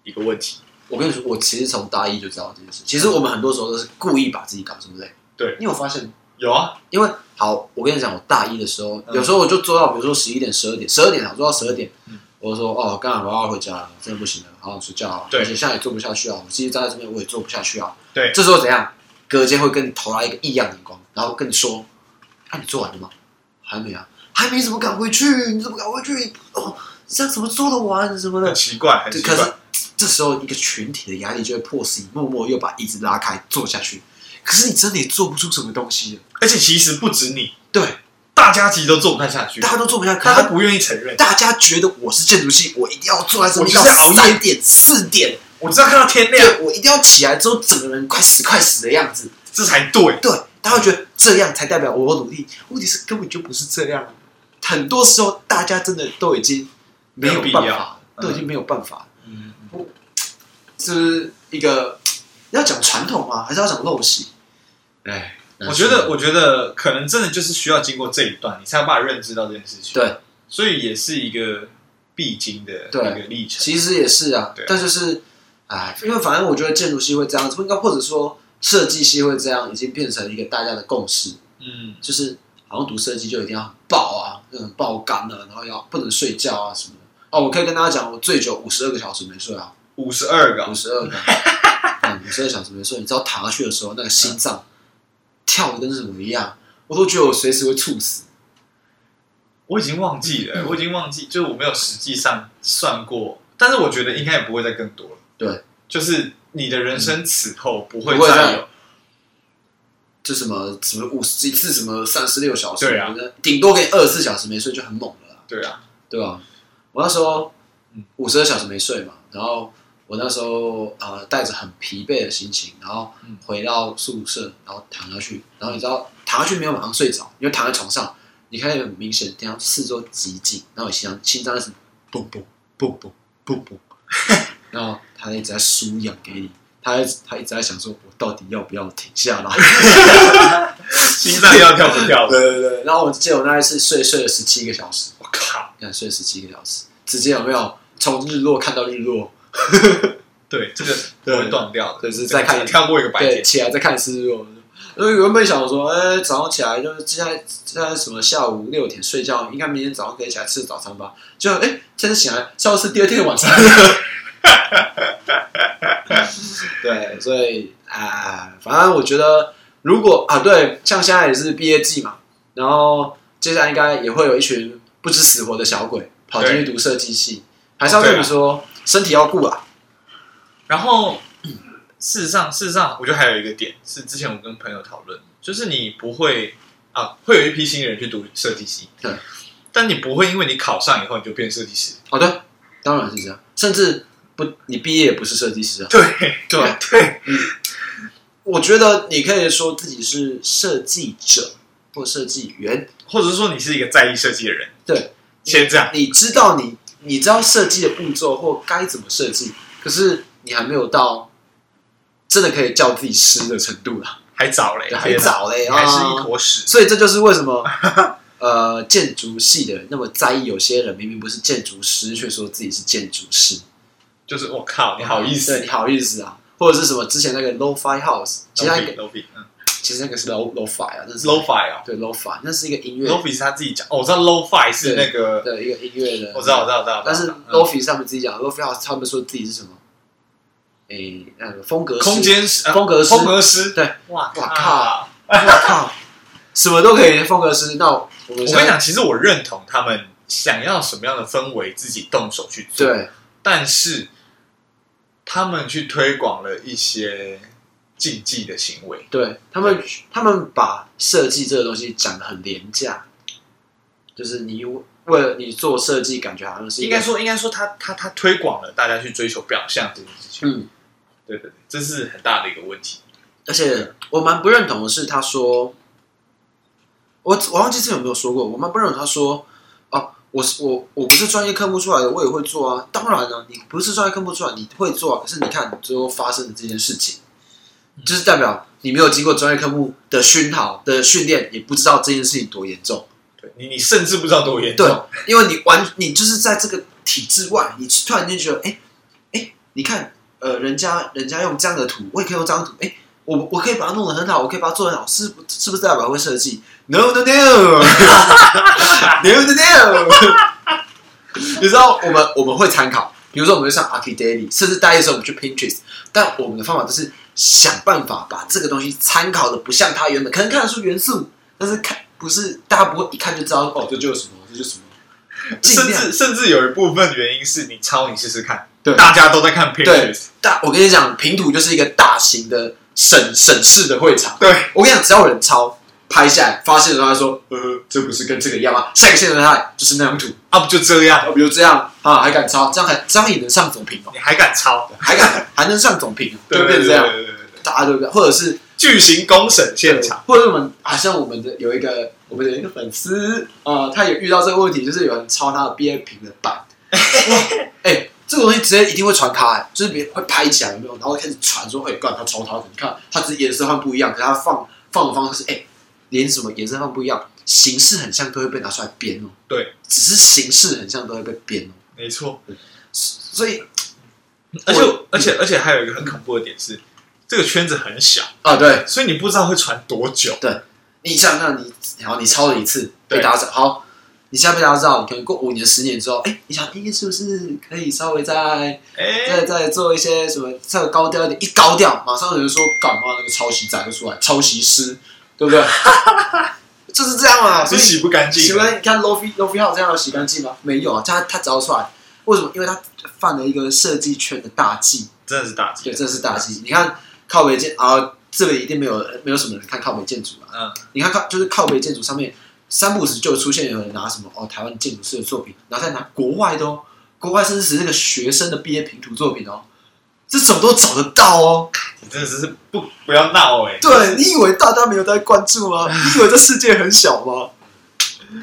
B: 一个问题？
A: 我跟你说，我其实从大一就知道这件事。其实我们很多时候都是故意把自己搞这么累。
B: 对
A: 你有发现？
B: 有啊，
A: 因为好，我跟你讲，我大一的时候，
B: 嗯
A: 有时候我就做到，比如说十一点、十二点，十二点啊好做到十二点
B: 嗯，
A: 我就说哦，刚好我要回家了，真的不行了，好想睡觉啊。
B: 对
A: 而且现在也做不下去啊，我继续站在这边我也做不下去啊。
B: 对
A: 这时候怎样？隔间会跟你投来一个异样眼光，然后跟你说：“啊，你做完了吗？还没啊，还没，你怎么赶回去？你怎么赶回去？哦，你这样怎么做得完什么的
B: 很？”奇怪，很
A: 对，
B: 奇
A: 可是
B: 怪。
A: 这时候一个群体的压力就会迫使你默默又把椅子拉开坐下去，可是你真的也做不出什么东西了。
B: 而且其实不止你，
A: 对，
B: 大家其实都做不太下去，
A: 大家都做不下去，可
B: 大家
A: 是
B: 不愿意承认。
A: 大家觉得我是建筑系，我一定要坐在这
B: 我
A: 里
B: 就是
A: 到
B: 要啊熬夜
A: 三点四点，
B: 我知道看到天亮，
A: 对我一定要起来之后整个人快死快死的样子。
B: 这才对。
A: 对，大家会觉得这样才代表我有努力，问题是根本就不是这样。很多时候大家真的都已经没有
B: 没有必
A: 办
B: 要
A: 法，都已经没有办法了。
B: 嗯，
A: 是不是一个要讲传统吗？还是要讲陋习？哎，
B: 我觉得，我觉得可能真的就是需要经过这一段，你才有办法认知到这件事情。
A: 对，
B: 所以也是一个必经的
A: 对
B: 一个历程。
A: 其实也是啊
B: 对啊，
A: 但就是哎，因为反正我觉得建筑系会这样，应该或者说设计系会这样，已经变成一个大家的共识，
B: 嗯，
A: 就是好像读设计就一定要很爆啊，就很爆肝啊，然后要不能睡觉啊什么的。哦，我可以跟大家讲，我最久五十二个小时没睡啊，
B: 五十二个
A: 五，十 二个，五十二小时没睡。你知道躺下去的时候，那个心脏跳的跟什么一样，我都觉得我随时会猝死。
B: 我已经忘记
A: 嗯
B: 了，我已经忘记，就是我没有实际上算过，但是我觉得应该也不会再更多了。
A: 对，
B: 就是你的人生此后不会
A: 不会
B: 再
A: 再
B: 有，
A: 就什么什么五十一次什么三十六小时，
B: 对啊
A: 我觉得顶多给你二十四小时没睡就很猛了啦，
B: 对啊，
A: 对吧、我那时候
B: 嗯
A: 五十二小时没睡嘛，然后我那时候呃带着很疲惫的心情，然后
B: 嗯
A: 回到宿舍，然后躺下去，然后你知道躺下去没有马上睡着，因为躺在床上，你看很明显，听到四周极静，然后你心脏心脏是蹦蹦蹦蹦蹦蹦， 然后他一直在输氧给你。他一直他一直在想说，我到底要不要停下来？
B: 心脏要跳不跳？
A: 对对对，然后我记得我那一次睡睡了十七个小时，
B: 我靠，
A: 看睡十七个小时，直接有没有从日落看到日落？
B: 对，这个不
A: 对
B: 会断掉的，
A: 就是再看
B: 这个跳过一个白
A: 对，
B: 天，
A: 起来再看是日落。因为原本想说，呃，早上起来就是现在现在什么下午六点睡觉，应该明天早上可以起来吃早餐吧？就哎，现在醒来，下午是第二天的晚餐。 对，所以啊、反正我觉得，如果啊，对，像现在也是毕业季嘛，然后接下来应该也会有一群不知死活的小鬼跑进去读设计系，还
B: 哦
A: 是要
B: 啊
A: 跟你说，身体要顾啊。
B: 然后，嗯事实上，事实上，我觉得还有一个点是，之前我跟朋友讨论，就是你不会啊，会有一批新人去读设计系，
A: 对，
B: 但你不会因为你考上以后你就变设计师，
A: 好的，当然是这样。甚至不，你毕业也不是设 计师啊。
B: 对
A: 对
B: 对，
A: 我觉得你可以说自己是设计者或设计员，
B: 或者是说你是一个在意设计的人，
A: 对，
B: 先这样，
A: 你知道你你知道设计的步骤或该怎么设计，可是你还没有到真的可以叫自己师的程度啦，
B: 还早嘞，
A: 还早嘞
B: 哎天
A: 啊，
B: 哪，还是一坨屎，
A: 所以这就是为 什么呃建筑系的人那么在意，有些人明明不是建筑师，却说自己是建筑师，
B: 就是我靠，你好意
A: 对
B: 思
A: 你好意思啊？或者是什么之前那个 lofi house，其实那个
B: l o f i 嗯
A: 其实那个是 lo lofi 啊，那是
B: Lo-fi 哦
A: 对 lofi，那是一个音乐
B: Lofi 是他自己讲，哦，我知道 Lofi 是那个，
A: 的一个音乐的，
B: 我知道，我知道，我知道，
A: 但是
B: 嗯
A: lofi 上面自己讲 lofi house，他们说自己是什么？诶，那个风格师
B: 呃空，间是
A: 风格师，
B: 风格师，
A: 对，
B: 哇啊
A: 哇靠！我靠，什么都可以风格师。那我们
B: 我
A: 现
B: 跟你
A: 在
B: 讲，其实我认同他们想要什么样的氛围，自己动手去做。
A: 对
B: 但是他们去推广了一些禁忌的行为，
A: 对，他们他们把设计这个东西讲的很廉价，就是你为了你做设计，感觉好像是一
B: 应
A: 个
B: 该说，应该说他他他推广了大家去追求表象这件事情。
A: 嗯，
B: 对对对，这是很大的一个问题。
A: 而且我蛮不认同的是，他说，我我忘记之前有没有说过，我蛮不认同他说，哦，我是我我不是专业科目出来的，我也会做啊。当然了、你不是专业科目出来，你会做啊。可是你看，你最后发生的这件事情，就是代表你没有经过专业科目的熏陶的训练，也不知道这件事情多严重。
B: 对你，你甚至不知道多严重
A: 对。，因为你完，你就是在这个体制外，你突然间觉得，哎、哎、你看，呃，人家人家用这样的图，我也可以用这样的图，哎、我我可以把它弄得很好，我可以把它做得很好，是不是不是代表会设计？No no no no no no，你知道我们我们会参考，比如说我们会上 Archi Daily，甚至大一的时候我们去 Pinterest，但我们的方法就是想办法把这个东西参考的不像它原本，可能看得出元素，但是看不是大家不会一看就知道哦，这就是什么，这就是什么。尽
B: 甚
A: 量
B: 至甚至有一部分原因是你抄你试试看，
A: 对
B: 大家都在看 Pinterest，
A: 大，我跟你讲，平图就是一个大型的省省市的会场。
B: 对，
A: 我跟你讲，只要有人抄拍下来，发现的时候他说，呃，这不是跟这个一样吗？下一个现场他就是那张图，
B: 啊不就这样，
A: 啊，比如这样啊，还敢抄，这样还这样也能上总评哦，
B: 你还敢抄？
A: 还敢还能上总评哦，
B: 对
A: 就
B: 对
A: 变成这样，
B: 对对对对
A: 大家都或者是
B: 巨型公审现场，，
A: 或者我们好像我们的有一个我们的一个粉丝啊、呃他也遇到这个问题，就是有人抄他的毕业评的 版，哇哎、这个东西直接一定会传开、就是别人会拍起来有没有？然后开始传说，哎、干他抄他的，你看他只是颜色换不一样，可是他放放的方式，哎、连什么颜色换不一样，形式很像都会被拿出来编哦。
B: 对，
A: 只是形式很像都会被编哦。
B: 没错。
A: 所以
B: 而且
A: 我
B: 而且而且还有一个很恐怖的点是，这个圈子很小，
A: 啊，对
B: 所以你不知道会传多久。
A: 你想想你，好，你抄了一次
B: 对
A: 被大家知道，好，你现在被大家知道，可能过五年、十年之后，哎、你想，哎、是不是可以稍微再
B: 哎
A: 再，再做一些什么，再高调一点，一高调，马上有人说干嘛那个抄袭仔就出来，抄袭师，对 不对？就是这样啊，所
B: 是
A: 以
B: 洗不干净
A: 洗
B: 的。
A: 完，你看 Lofi Lofi 号这样有洗干净吗？没有啊，他他只要出来，为什么？因为他犯了一个设计圈的大忌，
B: 真的是大忌。
A: 对，这是大忌。你看靠北建啊，这里一定没有没有什么人看靠北建筑啊。
B: 嗯，
A: 你看靠就是靠北建筑上面，三不五时就出现有人拿什么哦台湾建筑师的作品，然后再拿国外的哦，国外甚至是那个学生的毕业平图作品哦，这种都找得到哦。
B: 你真的是不不要闹哎。
A: 对你以为大家没有在关注吗？你以为这世界很小吗？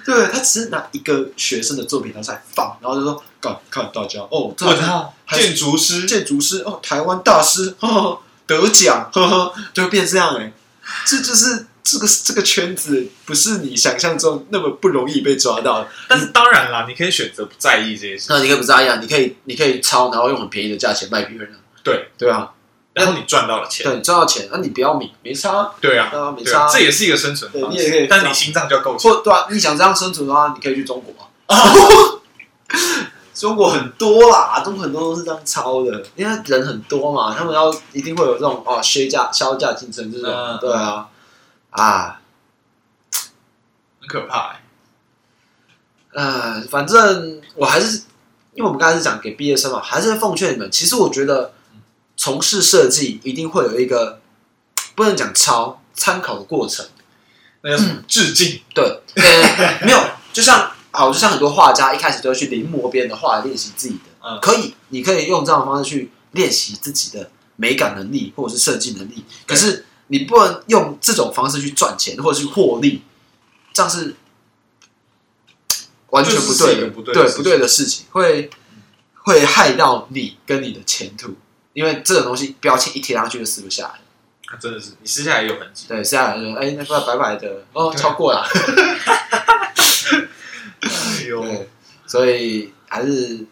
A: 对他只是拿一个学生的作品拿出来放，然后就说看看大家哦，这
B: 问号
A: 还是
B: 建筑师，
A: 建筑师哦，台湾大师呵呵得奖，呵呵，就会变这样哎、这就是这个这个圈子不是你想象中那么不容易被抓到的。
B: 但是当然啦，你可以选择不在意这些事，
A: 那你可以不是一啊样，你可以你可以抄，然后用很便宜的价钱卖别人啊。
B: 对
A: 对啊，
B: 然后你赚到了钱，
A: 对你赚到钱，那、啊你不要米，没差啊，
B: 对啊，
A: 啊没
B: 对
A: 差
B: 啊
A: 啊，，
B: 这也是一个生存方
A: 对你也可
B: 式
A: 以。
B: 但你心脏就要够强，
A: 或对啊，你想这样生存的话，你可以去中国啊。 中国很多啦，中国很多都是这样抄的，因为人很多嘛，他们要一定会有这种哦削价、削价竞争这种，
B: 嗯
A: 对啊，啊，
B: 很可怕欸。
A: 呃，反正我还是，因为我们刚才是讲给毕业生嘛，还是奉劝你们，其实我觉得从事设计一定会有一个不能讲抄参考的过程。
B: 那叫什么？致敬。
A: 对， 呃，没有，就像好，就像很多画家一开始都会去临摹别人的画来练习自己的，
B: 嗯
A: 可以，你可以用这样的方式去练习自己的美感能力或者是设计能力，可
C: 对
A: 是你不能用这种方式去赚钱或者去获利，这样是完全不
B: 就是
A: 对
B: 一个
A: 的，
B: 不对的
A: 对
B: 事情
A: 不对的事情，会会害到你跟你的前途，因为这种东西标签一贴上去就撕不下来。
B: 他真的是你私下来也有痕迹，
A: 对，撕下来就哎，那块白白的哦，
C: 对
A: 超过了。
B: 哎呦，
A: 对，所以还是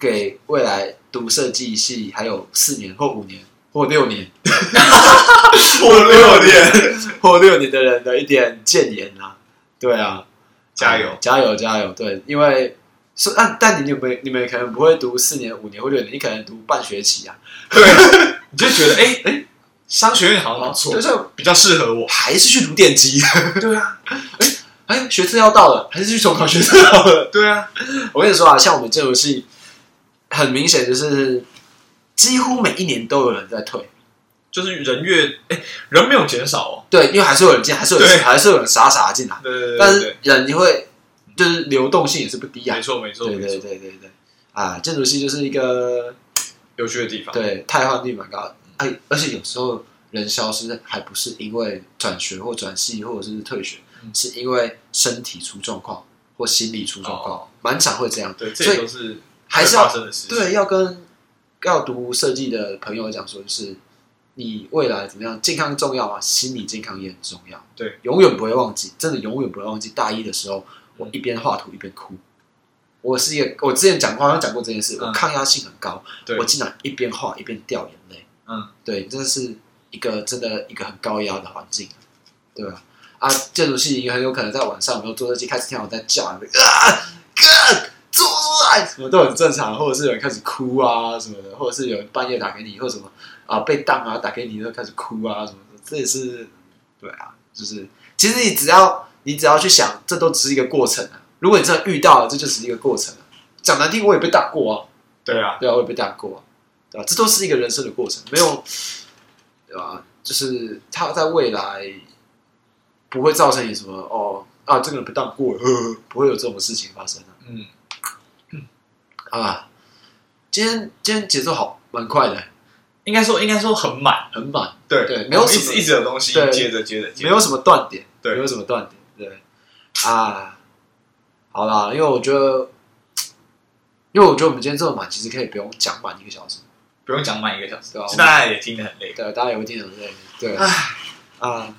A: 给未来读设计系还有四年或五年或六 年
B: 破六点，
A: 或六年的人的一点建言啊。对啊，
B: 加油
A: 嗯加油加油！对，因为是但但你有没有你们可能不会读四年、五年或六年，你可能读半学期啊。
B: 对，你就觉得哎哎，商学院好像不错
A: 就，是
B: 比较适合 我，
A: 还是去读电机。
B: 对啊，
A: 哎，学测要到了，还是去重考学测 好了。
B: 对啊，
A: 我跟你说啊，像我们建筑系，很明显就是几乎每一年都有人在退。
B: 就是人越哎人没有减少哦，
A: 对，因为还是有人进，还是有
B: 对
A: 人，还是有人傻傻地进来，
B: 对对
A: 但
B: 对
A: 是
B: 对
A: 人就会就是流动性也是不低
B: 对，
A: 啊
B: 没。错没错
A: 对
B: 没
A: 对
B: 错，
A: 对对对，啊，建筑系就是一个
B: 有趣的地方，
A: 对汰换率蛮高的，哎，而且有时候人消失还不是因为转学或转系或者是退学，
B: 嗯
A: 是因为身体出状况或心理出状况
B: 哦，
A: 蛮常会这样。
B: 对，
A: 所
B: 这
A: 以
B: 也都是
A: 还是
B: 会
A: 要
B: 发生的事情，
A: 对，要跟要读设计的朋友讲说，就是你未来怎么样，健康重要啊，心理健康也很重要。
B: 对，
A: 永远不会忘记，真的永远不会忘记。大一的时候，我一边画图一边哭。我是一个，我之前讲话像讲过这件事，
B: 嗯
A: 我抗压性很高，
B: 对
A: 我竟然一边画一边掉眼泪。
B: 嗯，
A: 对，这是一个真的一个很高压的环境，对吧、啊？建筑系也很有可能在晚上，有没有做设计开始听到我在叫，啊，哥，做出来，什么都很正常，或者是有人开始哭啊什么的，或者是有人半夜打给你，或者什么啊被当啊打给你，然后开始哭啊什么的，这也是对啊，就是其实你只要你只要去想，这都只是一个过程啊。如果你真的遇到了，这就只是一个过程啊。讲难听，我也被打过啊，
B: 对啊，
A: 对啊，我也被打过啊，对吧、这都是一个人生的过程，没有，对吧、就是他在未来不会造成你什么哦啊，这个人被当过了， 呵呵不会有这种事情发生啊。
B: 嗯，
A: 啊，今天今天节奏好蛮快的，
B: 应该说应该说很满，
A: 很满，
B: 对
A: 对没有
B: 我们一
A: 什
B: 直
A: 么
B: 一直有东西
A: 对
B: 接着接着接
A: 没
B: 着，
A: 有什么断点，
B: 对
A: 没有什么断点，对啊，好啦，因为我觉得，因为我觉得我们今天这么满，其实可以不用讲满一个小时，
B: 不用讲满一个小时，
A: 对啊
B: 其实大家也听得很累，
A: 对，啊大家也会听得很累，对，啊。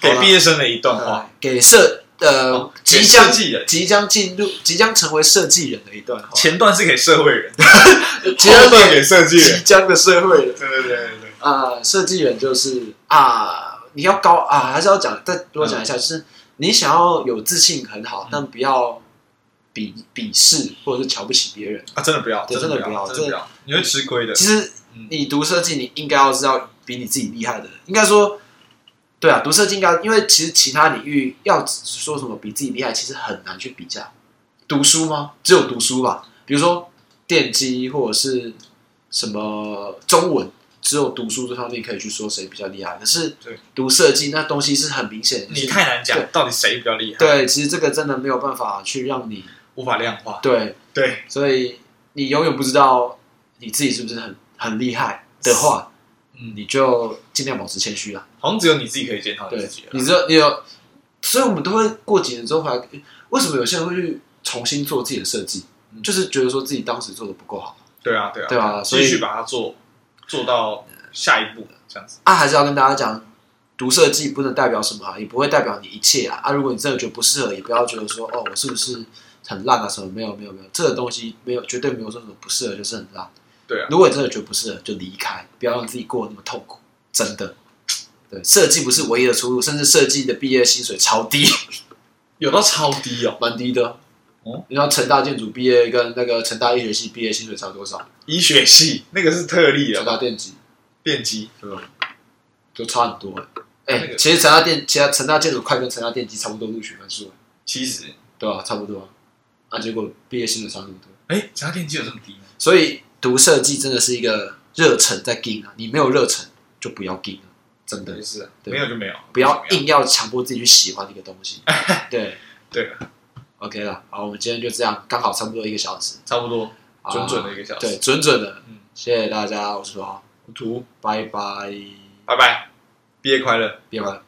B: 给毕业生的一段话，
A: 呃给设呃
B: 哦给
A: 即将
B: 设计人
A: 即将进入即将成为设计人的一段话，
B: 前段是给社会 人，
A: 即将
B: 后段给设计
A: 即
B: 人，
A: 将的社会人
B: 对对对对对，
A: 啊，设计人就是啊，你要高啊，还是要讲再多讲一下，
B: 嗯
A: 就是你想要有自信很好，但不要鄙鄙视或者是瞧不起别人。
B: 啊，真的不要，
A: 对
B: 真的
A: 真的不要
B: 真的不要，你会吃亏的，
A: 其实
B: 嗯
A: 你读设计，你应该要知道比你自己厉害的人，应该说，对啊，读设计应该，因为其实其他领域要说什么比自己厉害，其实很难去比较。读书吗？只有读书吧，比如说电机或者是什么中文，只有读书这方面可以去说谁比较厉害。可是
B: 对
A: 读设计那东西是很明显的，就是
B: 你太难
A: 对
B: 讲，到底谁比较厉害，
A: 对，其实这个真的没有办法去让你
B: 无法量化，
A: 对
B: 对，
A: 所以你永远不知道你自己是不是很很厉害的话，
B: 嗯
A: 你就尽量保持谦虚啦。
B: 好像只有你自己可以检讨你
A: 对
B: 自己，
A: 你
B: 了，
A: 知道，你有，所以我们都会过几年之后回来，诶为什么有些人会去重新做自己的设计？
B: 嗯
A: 就是觉得说自己当时做的不够好，
B: 对啊对啊，
A: 对吧、所
B: 继续
A: 以
B: 把它做做到下一步这样子，
A: 啊，还是要跟大家讲，读设计不能代表什么啊，也不会代表你一切啊。啊，如果你真的觉得不适合，也不要觉得说哦，我是不是很烂啊什么？没有没有没有，这个东西没有绝对没有说什么不适合就是很烂。
B: 对啊，
A: 如果你真的觉得不适合，就离开，不要让自己过得那么痛苦。真的，对，设计不是唯一的出路，甚至设计的毕业薪水超低，
B: 有到超低哦，
A: 蛮低的。
B: 哦，
A: 你知道成大建筑毕业跟那个成大医学系毕业薪水差多少？
B: 医学系那个是特例
A: 成
B: 啊，
A: 大电机
B: 电机
A: 对吧？就差很多欸哎、
B: 那个
A: 其实成大电，其他成大建筑快跟成大电机差不多录取分数，欸
B: 七十，
A: 对吧、差不多啊。啊，结果毕业薪水差那么多，
B: 哎，其他电机有这么低吗？
A: 所以读设计真的是一个热忱在盯啊，你没有热忱就不要盯了，真的
B: 也。是啊，
A: 对
B: 没有就没有，
A: 不要
B: 怎么样
A: 硬要强迫自己去喜欢一个东 西。对
B: 对
A: ，OK 了，好，我们今天就这样，刚好差不多一个小时。啊
B: 差不多，准准的一个小时。
A: 对，准准的
B: 嗯。
A: 谢谢大家，我是王，
B: 图，
A: 拜拜，
B: 拜拜，毕业快乐。
A: 别玩。